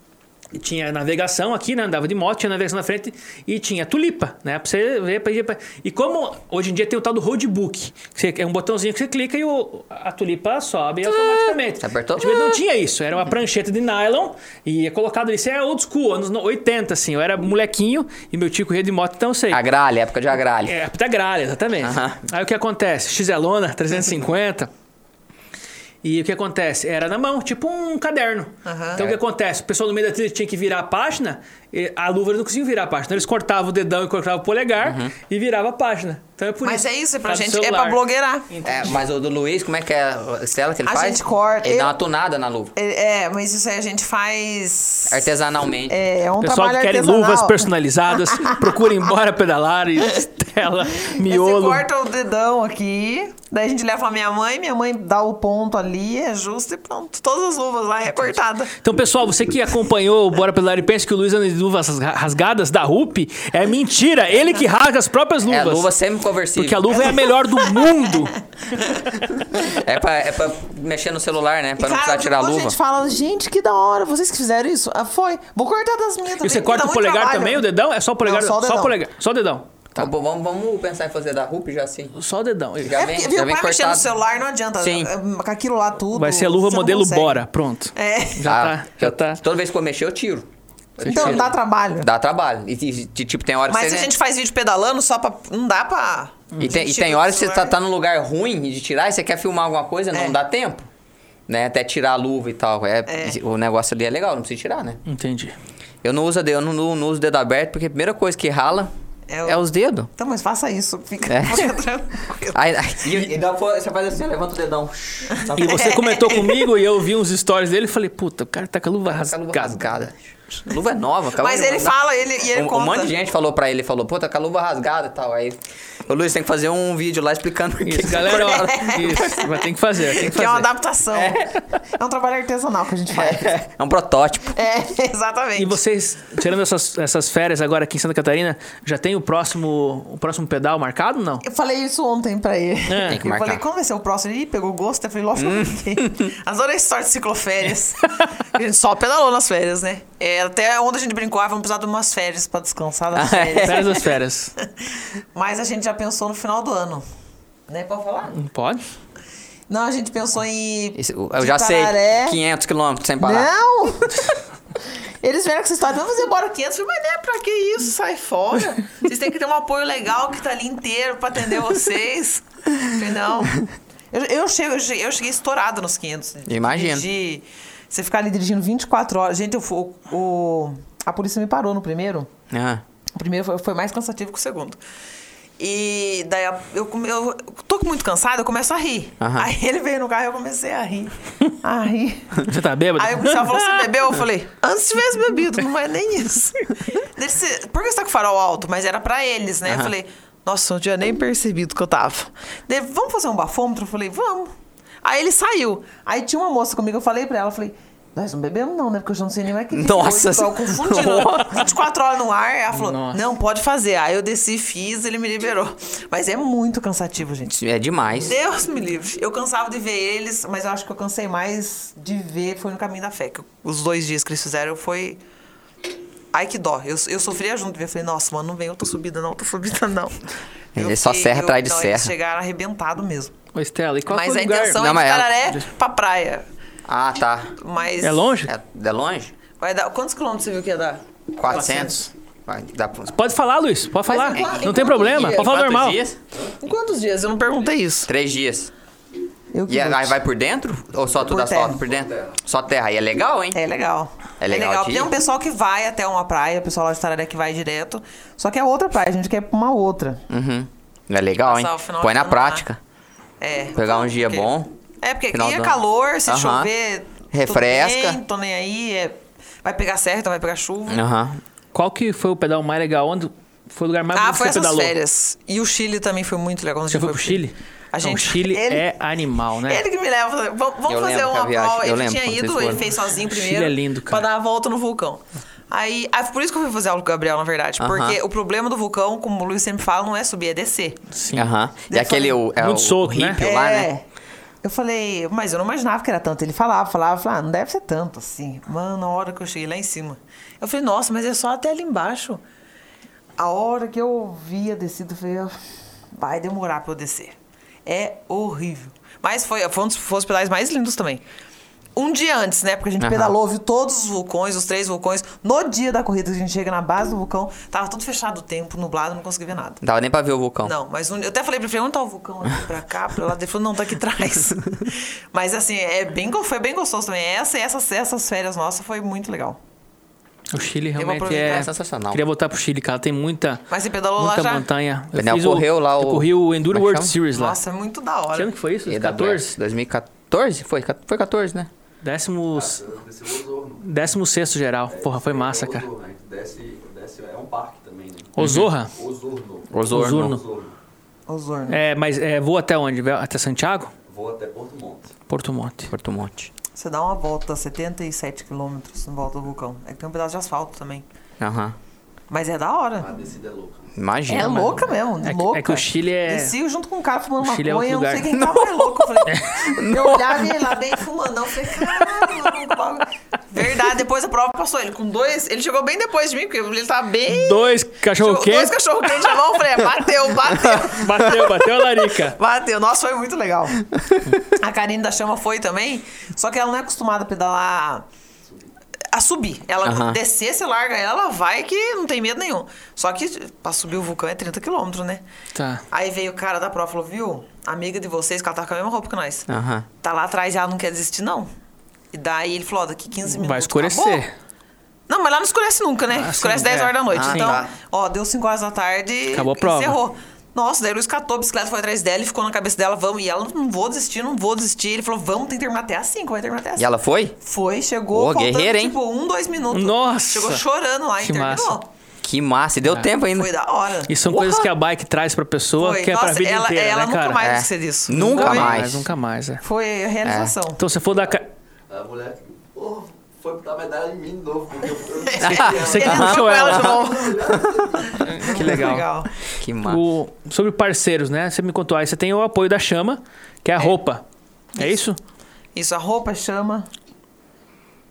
Speaker 1: Tinha navegação aqui, né? Andava de moto, tinha navegação na frente e tinha tulipa, né? Pra você ver. Pra, pra- E como hoje em dia tem o tal do roadbook, que você- é um botãozinho que você clica e o- a tulipa sobe automaticamente.
Speaker 2: É. Você apertou?
Speaker 1: Antigamente não tinha isso. Era uma prancheta de nylon e é colocado isso. É old school, anos no- 80, assim. Eu era molequinho e meu tio corria de moto, então eu sei.
Speaker 2: Agralha, época de agralha.
Speaker 1: É, puta gralha, exatamente.
Speaker 2: Aham.
Speaker 1: Aí o que acontece? Xelona, 350. E o que acontece? Era na mão, tipo um caderno. Então o que acontece? O pessoal no meio da trilha tinha que virar a página, e a luva não conseguia virar a página. Então, eles cortavam o dedão e cortavam o polegar e virava a página. Então é por
Speaker 3: Mas
Speaker 1: isso.
Speaker 3: é isso, é pra
Speaker 1: Tá no
Speaker 3: gente. É
Speaker 1: celular. Então.
Speaker 3: pra blogueirar.
Speaker 2: É, mas o do Luiz, como é que é a estela que ele
Speaker 3: A
Speaker 2: faz?
Speaker 5: gente corta.
Speaker 2: Ele dá
Speaker 5: Eu-
Speaker 2: uma tunada na luva.
Speaker 3: É, é, mas isso aí a gente faz.
Speaker 2: Artesanalmente.
Speaker 5: É, é um
Speaker 1: Pessoal
Speaker 5: trabalho
Speaker 1: que querem
Speaker 5: artesanal.
Speaker 1: luvas
Speaker 5: *laughs*
Speaker 1: personalizadas, procura embora pedalar e estela,
Speaker 3: Você
Speaker 1: miolo.
Speaker 3: corta o dedão
Speaker 5: aqui.
Speaker 3: aqui.
Speaker 5: Daí a gente leva pra minha mãe, minha mãe dá o ponto ali, é justo e pronto.
Speaker 3: Todas as luvas
Speaker 5: é
Speaker 3: lá recortada.
Speaker 1: Então, pessoal, você que acompanhou o Bora Pedalar e pensa que o Luiz anda de luvas rasgadas da RUP, é mentira. Ele que rasga as próprias
Speaker 2: É
Speaker 1: luvas.
Speaker 2: a luva semi-conversível.
Speaker 1: Porque a luva é a
Speaker 5: *laughs*
Speaker 1: melhor do mundo.
Speaker 2: É pra, é pra mexer no celular, né? Pra não
Speaker 5: Cara,
Speaker 2: precisar tirar a
Speaker 5: depois
Speaker 2: luva.
Speaker 5: gente fala, gente, que da hora, vocês que fizeram isso? Ah, foi. Vou cortar das minhas também.
Speaker 1: E você
Speaker 5: que dá
Speaker 1: corta o
Speaker 5: muito
Speaker 1: polegar
Speaker 5: trabalho.
Speaker 1: também, o dedão? É só o polegar?
Speaker 5: Não, só o dedão.
Speaker 1: polegar. Só o dedão.
Speaker 2: Tá bom, vamos, vamos pensar em fazer da RUP já assim.
Speaker 1: Só o dedão. Ele-
Speaker 2: Já
Speaker 5: É
Speaker 2: vem,
Speaker 5: porque,
Speaker 2: já
Speaker 5: viu,
Speaker 2: vem
Speaker 5: vai mexer
Speaker 2: cortado.
Speaker 5: no celular, não adianta.
Speaker 2: Sim.
Speaker 5: Com aquilo lá tudo.
Speaker 1: Vai ser a luva
Speaker 5: você não
Speaker 1: modelo
Speaker 5: consegue.
Speaker 1: Bora. Pronto.
Speaker 5: É.
Speaker 1: Já
Speaker 2: Ah,
Speaker 1: tá, já
Speaker 2: eu-
Speaker 1: tá.
Speaker 2: Toda vez que eu mexer, eu tiro. Eu
Speaker 5: Então
Speaker 2: tiro.
Speaker 5: dá trabalho.
Speaker 2: Dá trabalho. E, e, tipo, tem hora que
Speaker 3: Mas
Speaker 2: você...
Speaker 3: a gente faz vídeo pedalando só pra. Não dá pra.
Speaker 2: E tem, e
Speaker 3: Gente,
Speaker 2: tem horas que você tá,
Speaker 3: celular.
Speaker 2: tá num lugar ruim de tirar e você quer filmar alguma coisa, não
Speaker 3: É.
Speaker 2: dá tempo. Né? Até tirar a luva e tal. É, O negócio ali é legal, não precisa tirar, né?
Speaker 1: Entendi.
Speaker 2: Eu não uso, eu não, não- não uso dedo aberto, porque a primeira coisa que rala é,
Speaker 3: É o-
Speaker 2: os dedos.
Speaker 5: Então, mas faça isso. Fica.
Speaker 2: É. *laughs*
Speaker 5: Você *laughs*
Speaker 2: Aí, aí- e- e dá- você faz assim, levanta o dedão.
Speaker 1: E você comentou comigo e eu vi uns stories dele e falei, puta, o cara tá com a luva
Speaker 2: Essa luva
Speaker 1: rasgada.
Speaker 2: rasgada. A luva é nova, acabou
Speaker 3: Mas
Speaker 2: de
Speaker 3: ele
Speaker 2: mandar.
Speaker 3: fala, ele, e ele
Speaker 2: um, um
Speaker 3: conta.
Speaker 2: monte de gente falou pra ele, falou, pô, tá com a luva rasgada e tal. Aí, ô Luiz, tem que fazer um vídeo lá explicando o que
Speaker 1: Isso,
Speaker 2: que
Speaker 1: galera, ó,
Speaker 5: *laughs*
Speaker 2: foi.
Speaker 1: isso. Vai ter que fazer, vai ter que
Speaker 3: Que é uma
Speaker 1: fazer.
Speaker 3: adaptação.
Speaker 5: É um trabalho artesanal que a gente faz.
Speaker 2: É um protótipo.
Speaker 5: *laughs*
Speaker 3: É, exatamente.
Speaker 1: E vocês, tirando essas, essas férias agora aqui em Santa Catarina, já tem o próximo, o próximo pedal marcado ou não?
Speaker 5: Eu falei isso ontem pra ele.
Speaker 1: É.
Speaker 2: Tem que
Speaker 5: eu
Speaker 2: marcar. Hum.
Speaker 5: falei, como vai ser o próximo? Ele "Ih, pegou gosto. Eu falei, lógico
Speaker 2: *laughs*
Speaker 5: que eu fiquei.
Speaker 3: Adorei essa sorte de cicloférias. a gente só pedalou nas férias, né? É, até onde a gente brincou, ah, vamos precisar de umas férias pra descansar das
Speaker 2: Ah, *laughs* é.
Speaker 3: férias.
Speaker 1: Férias das férias.
Speaker 3: *laughs* Mas a gente já pensou no final do ano. Né? Pode falar?
Speaker 1: Não pode?
Speaker 3: Não, a gente pensou em.
Speaker 2: Isso, eu já sei,
Speaker 5: Tararé.
Speaker 2: 500 quilômetros sem parar. *laughs*
Speaker 5: Não! Eles vieram com essa história. Vamos
Speaker 3: Vamos
Speaker 5: embora.
Speaker 3: embora 500, mas né, pra que isso? Sai fora. Vocês têm que ter um apoio legal que tá ali inteiro pra atender vocês. Falei, Não. Eu, eu, chego- eu cheguei, eu cheguei estourado nos 500.
Speaker 2: Imagino.
Speaker 3: Dirigi-
Speaker 5: Você ficar ali dirigindo 24 horas. Gente, eu fui. o- o- a polícia me parou no primeiro.
Speaker 2: Ah,
Speaker 5: O primeiro foi, foi mais cansativo que
Speaker 3: cansativo com
Speaker 5: o
Speaker 3: o
Speaker 5: segundo.
Speaker 3: segundo. E daí eu, eu, eu tô muito cansada, eu começo a rir.
Speaker 2: Aham.
Speaker 3: Aí ele veio no carro e eu comecei a rir.
Speaker 5: Ai.
Speaker 1: Você tá bêbado?
Speaker 3: Aí o policial falou:
Speaker 1: *laughs*
Speaker 3: Você bebeu? Eu falei: Antes tivesse bebido, não é nem isso. Ele disse, Por que você tá com o farol alto? Mas era pra eles, né? Eu falei: Nossa, não tinha nem percebido que eu tava. Daí, Vamos fazer um bafômetro? Eu falei: Vamos. Aí ele saiu.
Speaker 5: Aí tinha uma moça comigo, eu falei pra ela, eu falei, nós não bebemos não, né? Porque eu já não sei nem mais o que. que
Speaker 3: Tipo,
Speaker 5: foi,
Speaker 2: Nossa Senhora.
Speaker 5: então eu confundi.
Speaker 3: Confundindo. 24 horas no ar. Ela falou:
Speaker 1: Nossa.
Speaker 3: Não, pode fazer. Aí eu desci, fiz, ele me liberou. Mas é muito cansativo, gente.
Speaker 2: isso é demais.
Speaker 3: Deus me livre. Eu cansava de ver eles, mas eu acho que eu cansei mais de ver foi no caminho da fé. Que eu- os dois dias que eles fizeram foi. Ai, que dó. Eu, eu sofria junto. Eu falei, nossa, mano, não vem outra subida, não, outra *laughs* subida, não.
Speaker 2: Ele
Speaker 3: Eu
Speaker 2: É, só serra atrás de
Speaker 3: não,
Speaker 2: serra.
Speaker 3: Eles chegaram arrebentado mesmo.
Speaker 1: Ô, Estela, e qual
Speaker 3: mas
Speaker 1: foi
Speaker 3: a
Speaker 1: o lugar?
Speaker 3: intenção
Speaker 2: Não,
Speaker 3: é
Speaker 2: mas
Speaker 3: de
Speaker 2: ela-
Speaker 3: Tararé pra praia.
Speaker 2: Ah, tá.
Speaker 3: Mas.
Speaker 1: É longe?
Speaker 2: É, é longe?
Speaker 3: Vai dar. Quantos quilômetros você viu que ia dar?
Speaker 2: 400? Vai, dá pra uns
Speaker 1: Pode falar, Luiz. Pode falar.
Speaker 3: em qua- em
Speaker 1: não tem
Speaker 3: quantos
Speaker 1: problema.
Speaker 3: dias?
Speaker 1: Pode falar
Speaker 2: quatro
Speaker 1: normal.
Speaker 2: dias?
Speaker 3: Em quantos dias? Eu não perguntei isso.
Speaker 2: Três dias.
Speaker 5: Eu que
Speaker 2: E aí
Speaker 5: vou.
Speaker 2: vai por dentro? Ou só tu dá
Speaker 5: terra.
Speaker 2: asfalto por dentro? Só terra. E é legal, hein?
Speaker 3: É legal.
Speaker 2: É legal de ir?
Speaker 3: Tem um pessoal que vai até uma praia, o pessoal lá de Tararé que vai direto.
Speaker 5: Só que é outra praia, a gente quer ir pra uma outra.
Speaker 2: Uhum. É legal, hein?
Speaker 3: Passar o final
Speaker 2: Põe
Speaker 3: de
Speaker 2: na
Speaker 3: ano lá.
Speaker 2: prática.
Speaker 3: É.
Speaker 2: Pegar um dia
Speaker 3: Porque-
Speaker 2: bom.
Speaker 3: É, porque aqui
Speaker 2: Final do
Speaker 3: é
Speaker 2: ano.
Speaker 3: calor, se
Speaker 2: Aham.
Speaker 3: chover. tudo
Speaker 2: Refresca.
Speaker 3: bem, tô nem aí. é- Vai pegar serra, então vai pegar chuva.
Speaker 2: Aham.
Speaker 1: Qual que foi o pedal mais legal? Onde Foi o lugar mais
Speaker 3: Ah,
Speaker 1: bonito
Speaker 3: foi
Speaker 1: que você
Speaker 3: essas
Speaker 1: pedalou.
Speaker 3: férias. E o Chile também foi muito legal. quando a
Speaker 1: Você
Speaker 3: gente
Speaker 1: foi pro Chile?
Speaker 3: A gente,
Speaker 1: Não, o Chile
Speaker 3: *laughs* ele,
Speaker 1: é animal, né?
Speaker 3: Ele que me leva. V- Vamos
Speaker 2: Eu
Speaker 3: fazer
Speaker 2: lembro que a
Speaker 3: uma
Speaker 2: viagem-
Speaker 3: prova.
Speaker 2: eu
Speaker 3: Ele
Speaker 2: lembro
Speaker 3: tinha
Speaker 2: quando vocês
Speaker 3: ido, ele
Speaker 2: foram.
Speaker 3: fez sozinho
Speaker 1: Chile
Speaker 3: primeiro.
Speaker 1: é lindo, cara.
Speaker 3: Pra dar a volta no vulcão. Aí, ah, por isso que eu fui fazer aula com o Gabriel, na verdade.
Speaker 2: Aham.
Speaker 3: Porque o problema do vulcão, como o Luiz sempre fala, não é subir, é descer.
Speaker 1: Sim.
Speaker 2: Aham. E
Speaker 3: Deve É.
Speaker 2: aquele
Speaker 3: falar-
Speaker 2: o, é
Speaker 1: Muito
Speaker 2: o
Speaker 1: solto, né?
Speaker 2: hippie lá, né?
Speaker 5: Eu falei, mas eu não imaginava que era tanto. Ele falava, falava, falava, ah, não deve ser tanto assim.
Speaker 3: Mano, na hora que eu cheguei lá em cima. Eu falei, nossa, mas é só até ali embaixo.
Speaker 5: A hora que eu vi a descida, eu falei, "Ah,
Speaker 3: Vai demorar pra eu descer. É horrível. Mas foi, foi um dos foi os pedais mais lindos também. Um dia antes, né? Porque
Speaker 5: a
Speaker 3: a gente
Speaker 5: gente
Speaker 2: Aham.
Speaker 5: pedalou,
Speaker 3: pedalou, viu todos os vulcões, os três vulcões. No dia da corrida, a gente chega na base do vulcão, tava tudo fechado o tempo, nublado, não consegui ver nada.
Speaker 2: Não dava nem pra ver o vulcão.
Speaker 3: Não, mas um- eu até falei pra ele, falei, onde tá o vulcão? Aqui pra cá, pra lá. Ele falou, não, tá
Speaker 1: *laughs*
Speaker 3: aqui atrás. mas assim, é bem, go- foi bem gostoso também. Essa, essas, essas férias nossas foi muito legal.
Speaker 1: O Chile
Speaker 3: vou
Speaker 1: realmente
Speaker 3: aproveitar,
Speaker 1: é...
Speaker 2: é sensacional.
Speaker 1: Queria voltar pro Chile, cara. Tem muita,
Speaker 3: Mas você pedalou lá
Speaker 1: muita
Speaker 3: já?
Speaker 1: montanha. Eu
Speaker 2: Daniel
Speaker 1: fiz
Speaker 2: correu lá
Speaker 1: Eu
Speaker 2: o-
Speaker 1: corri o Enduro
Speaker 2: como é que
Speaker 1: World
Speaker 2: chama?
Speaker 1: Series lá.
Speaker 3: Nossa, é muito da
Speaker 1: Que
Speaker 3: hora.
Speaker 1: ano que foi isso?
Speaker 2: EWS,
Speaker 1: 14?
Speaker 2: 2014? Foi? Ca- Foi 14, né?
Speaker 1: Décimo...
Speaker 3: Ah,
Speaker 4: Desceu o Osorno.
Speaker 1: Décimo sexto geral. Porra, foi massa,
Speaker 4: É o
Speaker 1: cara.
Speaker 3: Uhum.
Speaker 4: Osorno, né? Desce, desce, é um parque também, né?
Speaker 1: Osorra?
Speaker 4: Osorno.
Speaker 2: Osorno.
Speaker 1: Osorno.
Speaker 4: Osorno.
Speaker 5: Osorno.
Speaker 1: É, mas é, vou até onde? Vai Até Santiago?
Speaker 4: Vou até Porto Monte.
Speaker 1: Porto Monte.
Speaker 2: Porto Monte.
Speaker 3: Você dá uma volta, 77 quilômetros em volta do vulcão. É que tem um pedaço de asfalto também.
Speaker 2: Aham.
Speaker 3: Mas é da hora.
Speaker 4: A descida é louca.
Speaker 2: Imagina.
Speaker 5: É
Speaker 2: mano.
Speaker 5: louca mesmo,
Speaker 1: É que-
Speaker 5: louca.
Speaker 1: é que o Chile é-
Speaker 5: Desci junto com um cara fumando
Speaker 1: O Chile é
Speaker 5: maconha, eu
Speaker 1: outro
Speaker 5: não sei
Speaker 1: lugar.
Speaker 5: quem tava, é louco. Eu
Speaker 1: *laughs*
Speaker 5: falei,
Speaker 3: Eu olhava e ele lá bem fumando. Eu falei, caralho, maluco, bagulho. Verdade, depois a prova passou. Ele com dois. Ele chegou bem depois de mim, porque ele tava bem.
Speaker 1: Dois cachorro
Speaker 3: Chegou
Speaker 1: quentes.
Speaker 3: Dois cachorro quente na mão. Eu falei, "É,
Speaker 1: *laughs*
Speaker 3: bateu, bateu.
Speaker 1: Bateu, bateu a
Speaker 3: *laughs*
Speaker 1: larica.
Speaker 3: Bateu, nossa, foi muito legal. *laughs* A Karine da Chama foi também, só que ela não é acostumada a pedalar. A subir. Ela
Speaker 2: Aham.
Speaker 3: descer, você larga ela, ela vai que não tem medo nenhum. Só que pra subir o vulcão é 30 quilômetros, né?
Speaker 1: Tá.
Speaker 3: Aí veio o cara da prova e falou, viu? Amiga de vocês, que ela tava com a mesma roupa que nós.
Speaker 1: Ah.
Speaker 2: Aham.
Speaker 3: Tá lá atrás e ela não quer desistir, não. E daí ele falou, ó, daqui 15 minutos
Speaker 1: Vai
Speaker 3: acabou.
Speaker 1: escurecer.
Speaker 3: Não, mas lá não escurece nunca, né?
Speaker 1: Ah,
Speaker 3: escurece
Speaker 1: sim,
Speaker 3: 10
Speaker 1: é.
Speaker 3: horas da noite.
Speaker 1: Ah,
Speaker 3: então,
Speaker 2: tá.
Speaker 3: ó, deu 5 horas da tarde
Speaker 1: Acabou a
Speaker 3: e
Speaker 1: prova.
Speaker 3: encerrou. Nossa, daí o Luiz catou a bicicleta, foi atrás dela e ficou na cabeça dela, vamos. E ela, não vou desistir, não vou desistir. Ele falou, vamos, tem que terminar até as 5, vai terminar até as
Speaker 2: E
Speaker 3: 5.
Speaker 2: ela foi?
Speaker 3: Foi, chegou,
Speaker 2: Ô,
Speaker 3: faltando,
Speaker 2: guerreira, hein?
Speaker 3: tipo, um, dois minutos.
Speaker 1: Nossa!
Speaker 3: Chegou chorando lá e
Speaker 1: Que
Speaker 3: terminou.
Speaker 1: massa.
Speaker 2: Que massa. E
Speaker 1: É.
Speaker 2: deu tempo ainda.
Speaker 3: Foi da hora.
Speaker 1: E são coisas que a bike traz pra pessoa
Speaker 3: Foi.
Speaker 1: que é pra
Speaker 3: Nossa,
Speaker 1: vida
Speaker 3: ela-
Speaker 1: inteira,
Speaker 3: ela
Speaker 1: né,
Speaker 3: nunca
Speaker 1: cara?
Speaker 3: mais-
Speaker 2: É.
Speaker 3: esquecer disso.
Speaker 2: Nunca
Speaker 3: Foi.
Speaker 2: mais.
Speaker 1: Nunca mais, é.
Speaker 3: Foi a realização.
Speaker 1: Então se for da... ca-
Speaker 4: A mulher, pô, foi dar medalha em mim de novo, porque eu, eu
Speaker 2: É. *laughs*
Speaker 1: Você que
Speaker 3: Ele
Speaker 1: puxou
Speaker 3: puxou
Speaker 1: ela.
Speaker 3: ela de novo.
Speaker 1: Que legal.
Speaker 2: Que massa.
Speaker 1: O- sobre parceiros, né? Você me contou. Aí você tem o apoio da Chama, que é a roupa. É isso?
Speaker 3: Isso, a roupa chama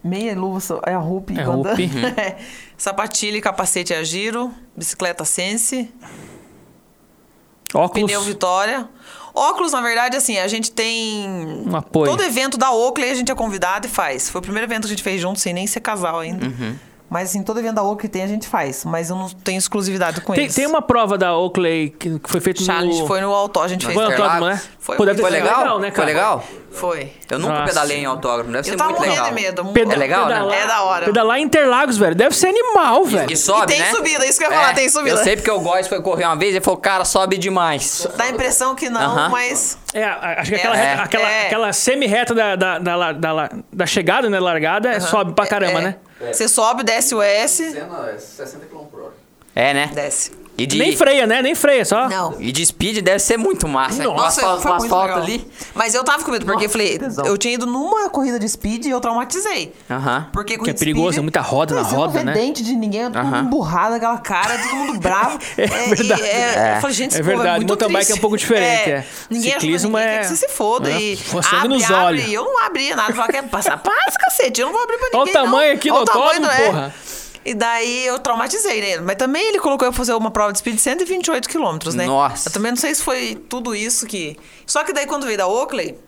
Speaker 5: meia luva, só- é a roupa e
Speaker 1: É
Speaker 5: bandana.
Speaker 1: roupa.
Speaker 3: *laughs* É. Sapatilha e capacete a giro, bicicleta Sense,
Speaker 1: Óculos.
Speaker 3: pneu Vitória. Óculos, na verdade, assim, a gente tem.
Speaker 1: Um apoio.
Speaker 3: Todo evento da Oakley a gente é convidado e faz. Foi o primeiro evento que a gente fez junto, sem nem ser casal ainda.
Speaker 1: Uhum.
Speaker 5: Mas assim, todo evento da Oca que tem, a gente faz.
Speaker 3: Mas eu não tenho exclusividade com
Speaker 1: Tem,
Speaker 3: eles.
Speaker 1: tem uma prova da Oakley que que foi feita
Speaker 3: Challenge,
Speaker 1: no...
Speaker 3: foi no Altó, a gente fez.
Speaker 1: Foi no
Speaker 2: Interlagos.
Speaker 1: autódromo, né?
Speaker 3: Foi
Speaker 1: Pô, deve
Speaker 2: Foi
Speaker 1: ter sido
Speaker 2: legal?
Speaker 1: né, cara?
Speaker 2: Foi legal?
Speaker 3: Foi.
Speaker 2: Eu nunca
Speaker 1: Nossa.
Speaker 2: pedalei em autógrafo. Deve
Speaker 3: Eu
Speaker 2: ser
Speaker 3: tava
Speaker 2: muito
Speaker 3: morrendo
Speaker 2: legal.
Speaker 3: de medo. amor.
Speaker 1: Peda-
Speaker 2: É legal, né?
Speaker 1: pedalar-
Speaker 3: É da hora.
Speaker 1: Pedalar em Interlagos, velho. Deve ser animal, velho.
Speaker 2: E sobe,
Speaker 3: E tem
Speaker 2: né?
Speaker 3: subida, isso que eu ia falar, tem subida.
Speaker 2: Eu sei porque eu gosto, foi correr uma vez e falou, cara, sobe demais.
Speaker 3: Dá a impressão que não,
Speaker 2: Aham.
Speaker 3: mas.
Speaker 1: É, a- acho que aquela,
Speaker 3: É.
Speaker 1: reta- aquela,
Speaker 3: É.
Speaker 1: aquela semi-reta da, da, da, la- da la- da chegada, né? Largada, sobe pra caramba,
Speaker 3: é.
Speaker 1: né?
Speaker 3: Você sobe, desce o S,
Speaker 4: cena é 60 km por hora.
Speaker 2: É, né?
Speaker 3: desce.
Speaker 2: E de,
Speaker 1: Nem freia, né? Nem freia, só.
Speaker 2: *laughs*
Speaker 3: Não.
Speaker 2: e de speed deve ser muito massa. né?
Speaker 1: Nossa,
Speaker 2: o asfalto,
Speaker 3: foi
Speaker 2: o
Speaker 3: muito
Speaker 2: asfalto
Speaker 3: legal.
Speaker 2: ali.
Speaker 3: Mas eu tava com medo, porque eu falei,
Speaker 5: tesão.
Speaker 3: eu tinha ido numa corrida de speed e eu traumatizei.
Speaker 2: Aham.
Speaker 3: Porque
Speaker 1: Que é perigoso, é muita roda na
Speaker 5: Mas você não
Speaker 1: roda,
Speaker 5: vê
Speaker 1: né?
Speaker 5: dente de ninguém, todo mundo
Speaker 2: Aham.
Speaker 5: emburrado, aquela cara, todo mundo bravo.
Speaker 1: *laughs* É
Speaker 3: É,
Speaker 1: verdade.
Speaker 3: e é- eu falei, gente,
Speaker 1: É
Speaker 3: esse povo
Speaker 1: verdade,
Speaker 3: muito
Speaker 1: mountain bike
Speaker 3: triste.
Speaker 1: é um pouco diferente, é.
Speaker 3: Ninguém ajuda
Speaker 1: Ciclismo
Speaker 3: ninguém,
Speaker 1: é-
Speaker 3: quer que você se foda.
Speaker 1: É,
Speaker 3: E
Speaker 1: pô, sangue
Speaker 3: abre,
Speaker 1: nos
Speaker 3: abre.
Speaker 1: olhos.
Speaker 3: Eu não abria nada, eu falava, quer passar? Passa, cacete, eu não vou abrir pra
Speaker 1: Olha o
Speaker 3: ninguém, não.
Speaker 1: tamanho aqui do
Speaker 3: Olha o tamanho
Speaker 1: autódromo,
Speaker 3: é.
Speaker 1: porra.
Speaker 3: E daí eu traumatizei, né? Mas também ele colocou eu pra fazer uma prova de speed de 128 quilômetros, né?
Speaker 2: Nossa.
Speaker 3: Eu também não sei se foi tudo isso que... Só que daí quando veio da Oakley...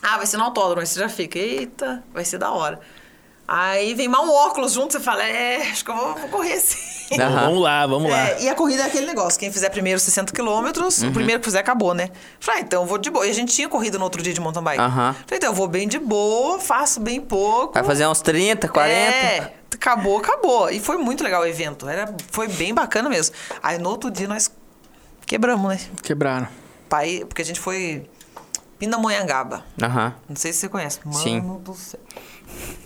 Speaker 3: Ah, vai ser no autódromo. Aí você já fica, eita, vai ser da hora. Aí vem mal um óculos junto, você fala, é, acho que eu vou, vou correr assim.
Speaker 1: Então,
Speaker 2: Aham.
Speaker 1: Vamos lá, vamos lá.
Speaker 3: *laughs* É, e a corrida é aquele negócio, quem fizer primeiro 60 quilômetros,
Speaker 2: Uhum.
Speaker 3: o primeiro que fizer acabou, né? Falei, ah, então eu vou de boa. E a gente tinha corrida no outro dia de mountain bike.
Speaker 2: Aham.
Speaker 3: Falei, então eu vou bem de boa, faço bem pouco.
Speaker 2: Vai fazer uns 30, 40.
Speaker 3: É, acabou, acabou. E foi muito legal o evento. Era, foi bem bacana mesmo. Aí no outro dia nós quebramos, né?
Speaker 1: Quebraram.
Speaker 3: Pai, porque a gente foi Pindamonhangaba.
Speaker 2: Aham.
Speaker 3: Não sei se você conhece. Mano
Speaker 2: Sim.
Speaker 3: do céu.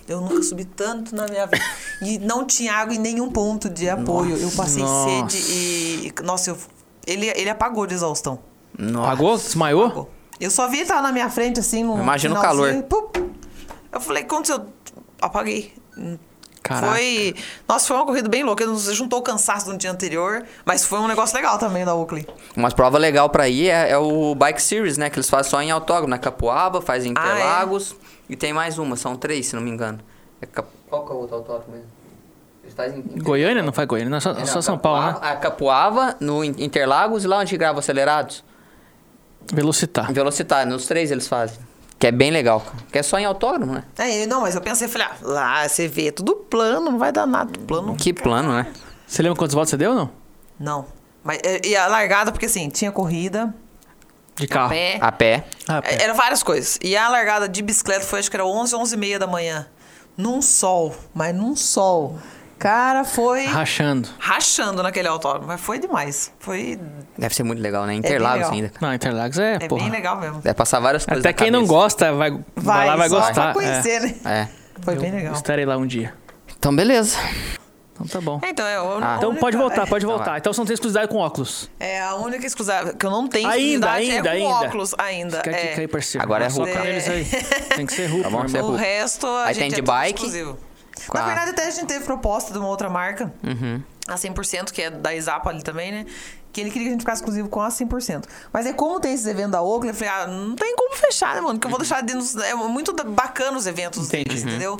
Speaker 3: Eu nunca subi tanto na minha vida. E não tinha água em nenhum ponto de apoio. eu passei
Speaker 2: Nossa.
Speaker 3: sede e. Nossa, eu- ele, ele apagou de exaustão.
Speaker 2: Nossa.
Speaker 1: Pagou? Desmaiou?
Speaker 3: Apagou.
Speaker 5: Eu só vi ele tava na minha frente, assim, no.
Speaker 2: Imagina o
Speaker 5: finalzinho,
Speaker 2: calor.
Speaker 5: pum.
Speaker 3: Eu falei, quando eu apaguei.
Speaker 1: Caraca.
Speaker 3: Foi. Nossa, foi uma corrida bem louca. Não- Você juntou o cansaço do dia anterior, mas foi um negócio legal também da Oakley.
Speaker 2: Umas provas legal pra ir é, é o Bike Series, né? Que eles fazem só em autódromo, na Capuaba, fazem em
Speaker 3: Ah, é?
Speaker 2: Interlagos. E tem mais uma, são três, se não me engano. É Cap- Qual que é o outro autódromo mesmo? Eles fazem em-
Speaker 1: Goiânia? Não faz Goiânia, não, só,
Speaker 2: É, não,
Speaker 1: só São Paulo, né?
Speaker 2: Capuava- A Capuava, no In- Interlagos e lá onde grava Acelerados.
Speaker 1: Velocitar.
Speaker 2: Em Velocitar, nos três eles fazem. Que é bem legal, cara. Que é só em autódromo, né?
Speaker 3: É, e não, mas eu pensei, falei, ah, lá você vê, é tudo plano, não vai dar nada. Plano.
Speaker 2: Que plano, né?
Speaker 1: Você lembra quantos votos você deu ou não?
Speaker 3: Não. Mas, eh, e e a largada, porque assim, tinha
Speaker 5: Tinha corrida.
Speaker 1: De carro.
Speaker 3: pé.
Speaker 2: A pé.
Speaker 1: Ah,
Speaker 3: É,
Speaker 1: pé.
Speaker 3: Eram várias coisas. E a largada de bicicleta foi, acho que era 11, 11 e meia da manhã.
Speaker 5: Num sol, mas num sol. Cara, foi.
Speaker 1: Rachando.
Speaker 3: Rachando naquele autódromo. Mas foi demais. Foi
Speaker 2: Deve ser muito legal, né? Interlagos
Speaker 3: É legal.
Speaker 2: ainda, cara.
Speaker 1: Não, Interlagos é,
Speaker 3: é
Speaker 1: porra.
Speaker 3: bem legal mesmo.
Speaker 2: Deve passar várias coisas
Speaker 1: Até
Speaker 2: na
Speaker 1: quem não
Speaker 2: cabeça.
Speaker 1: gosta vai, vai, lá vai
Speaker 5: só Pra
Speaker 1: gostar.
Speaker 5: conhecer, né?
Speaker 2: É.
Speaker 5: Foi bem legal.
Speaker 1: Estarei lá um dia.
Speaker 2: Então, beleza.
Speaker 1: Então tá bom.
Speaker 3: É, Então, é, a un-
Speaker 2: Ah.
Speaker 3: a
Speaker 1: Então
Speaker 3: única-
Speaker 1: pode voltar, pode
Speaker 2: Então
Speaker 1: voltar.
Speaker 2: vai.
Speaker 1: Então são três exclusividades com óculos.
Speaker 3: É a única exclusiva que eu não tenho
Speaker 1: Ainda,
Speaker 3: exclusividade
Speaker 1: ainda,
Speaker 3: é com
Speaker 1: ainda.
Speaker 3: óculos ainda.
Speaker 1: Fica a
Speaker 3: é.
Speaker 1: dica aí, parceiro.
Speaker 2: Agora é
Speaker 1: Só
Speaker 2: Hulk.
Speaker 1: pra eles aí. Tem que
Speaker 3: *laughs*
Speaker 1: ser né? Hulk,
Speaker 2: Tá bom,
Speaker 1: meu
Speaker 2: você é
Speaker 1: irmão.
Speaker 3: O resto a
Speaker 2: Aí
Speaker 3: gente
Speaker 2: tem de
Speaker 3: é tudo
Speaker 2: bike.
Speaker 3: exclusivo.
Speaker 1: Tá.
Speaker 2: Com a-
Speaker 3: Na verdade, até a gente teve proposta de uma outra marca,
Speaker 1: Uhum.
Speaker 3: a 100%, que é da Exapa ali também, né?
Speaker 5: Que ele queria que a gente ficasse exclusivo com a 100%. Mas aí, como tem esses eventos da Oakley, eu falei, ah,
Speaker 3: Ah, não tem como fechar, né, mano? Que eu vou deixar dentro. dos- É muito da- bacana os eventos
Speaker 1: Uhum. Entendi. Uhum.
Speaker 3: deles, entendeu?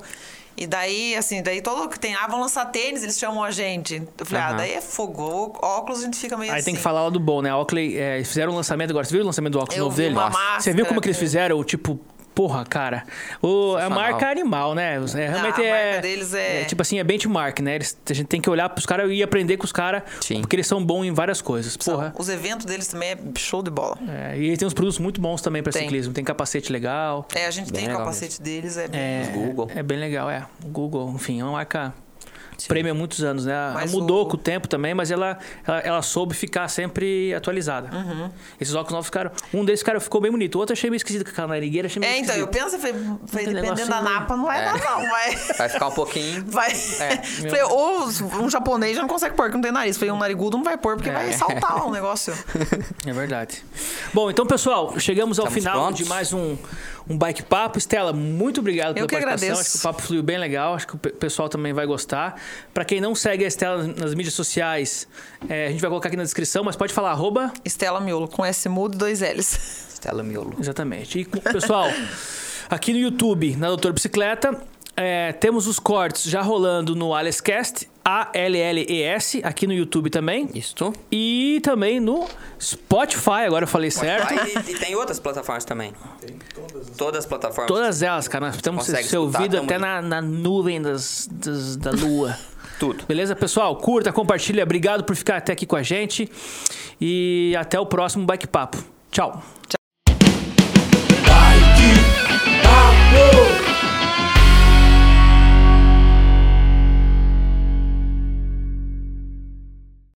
Speaker 3: E daí, assim, daí todo que tem, ah, vão lançar tênis, eles chamam a gente. Eu falei, ah,
Speaker 2: Aham.
Speaker 3: daí é fogo. O- Óculos a gente fica meio
Speaker 1: Uhum. Aí
Speaker 3: assim.
Speaker 1: tem que falar lá do bom, né? A Oakley é, fizeram um lançamento agora. Você viu o lançamento do óculos
Speaker 3: Eu
Speaker 1: novo
Speaker 3: vi
Speaker 1: dele?
Speaker 3: uma
Speaker 1: Você viu
Speaker 3: máscara
Speaker 1: como que eles
Speaker 3: com-
Speaker 1: fizeram? Tipo, porra, cara. O, a
Speaker 2: Sensacional.
Speaker 1: marca é animal, né? É, realmente
Speaker 3: a
Speaker 1: é,
Speaker 3: marca deles é-
Speaker 1: Tipo assim, é benchmark, né? Eles- a gente tem que olhar pros caras e aprender com os caras.
Speaker 2: Sim.
Speaker 1: Porque eles são bons em várias coisas. Porra.
Speaker 3: Os eventos deles também é show de bola.
Speaker 1: É, e tem uns produtos muito bons também pra
Speaker 3: Tem.
Speaker 1: ciclismo. Tem capacete legal.
Speaker 3: É, a gente
Speaker 2: Bem
Speaker 3: tem o
Speaker 2: legal
Speaker 3: capacete deles, é,
Speaker 1: É,
Speaker 2: Google.
Speaker 1: é bem legal, é. O Google, enfim, é uma marca prêmio há muitos anos, né? Ela
Speaker 3: Mas
Speaker 1: mudou
Speaker 3: o-
Speaker 1: com o tempo também, mas ela, ela, ela soube ficar sempre atualizada.
Speaker 3: Uhum.
Speaker 1: Esses óculos novos ficaram. Um desses, cara, ficou bem bonito. O outro eu achei meio esquisito, com aquela narigueira, achei meio
Speaker 3: É, então, eu
Speaker 1: esquisito.
Speaker 3: penso, eu falei, falei,
Speaker 1: Tem né?
Speaker 3: dependendo
Speaker 1: negocinho
Speaker 3: da
Speaker 1: aí.
Speaker 3: napa, não vai
Speaker 2: É.
Speaker 3: dar,
Speaker 1: *laughs*
Speaker 3: não, vai.
Speaker 2: Vai ficar um pouquinho.
Speaker 3: Vai. *laughs* falei, ou um japonês já não consegue pôr, porque não tem nariz. Falei, um narigudo não vai pôr, porque vai saltar lá um negócio.
Speaker 1: É verdade. Bom, então, pessoal, chegamos ao
Speaker 2: Estamos
Speaker 1: final
Speaker 2: prontos?
Speaker 1: de mais um, um Bike Papo. Estela, muito obrigado pela
Speaker 3: que
Speaker 1: participação.
Speaker 3: agradeço.
Speaker 1: Acho que o papo fluiu bem legal. Acho que o pe- pessoal também vai gostar. Pra quem não segue a Estela nas mídias sociais, é, a gente vai colocar aqui na descrição, mas pode falar arroba...
Speaker 3: Estela Miolo, com S mudo e dois L's.
Speaker 2: Estela Miolo.
Speaker 1: Exatamente. E, pessoal, aqui no YouTube, na Doutor Bicicleta, é, temos os cortes já rolando no AlesCast, A-L-L-E-S, aqui no YouTube também.
Speaker 2: Isso.
Speaker 1: E também no Spotify, agora eu falei certo.
Speaker 2: E, e tem outras plataformas também. todas as plataformas.
Speaker 1: Todas elas, cara, nós temos
Speaker 2: Consegue
Speaker 1: ser ouvido
Speaker 2: escutar, né,
Speaker 1: até
Speaker 2: tamo
Speaker 1: na, na nuvem das, das- da lua.
Speaker 2: Tudo.
Speaker 1: Beleza, pessoal? Curta, compartilha. Obrigado por ficar até aqui com a gente. E até o próximo Bike Papo. Tchau.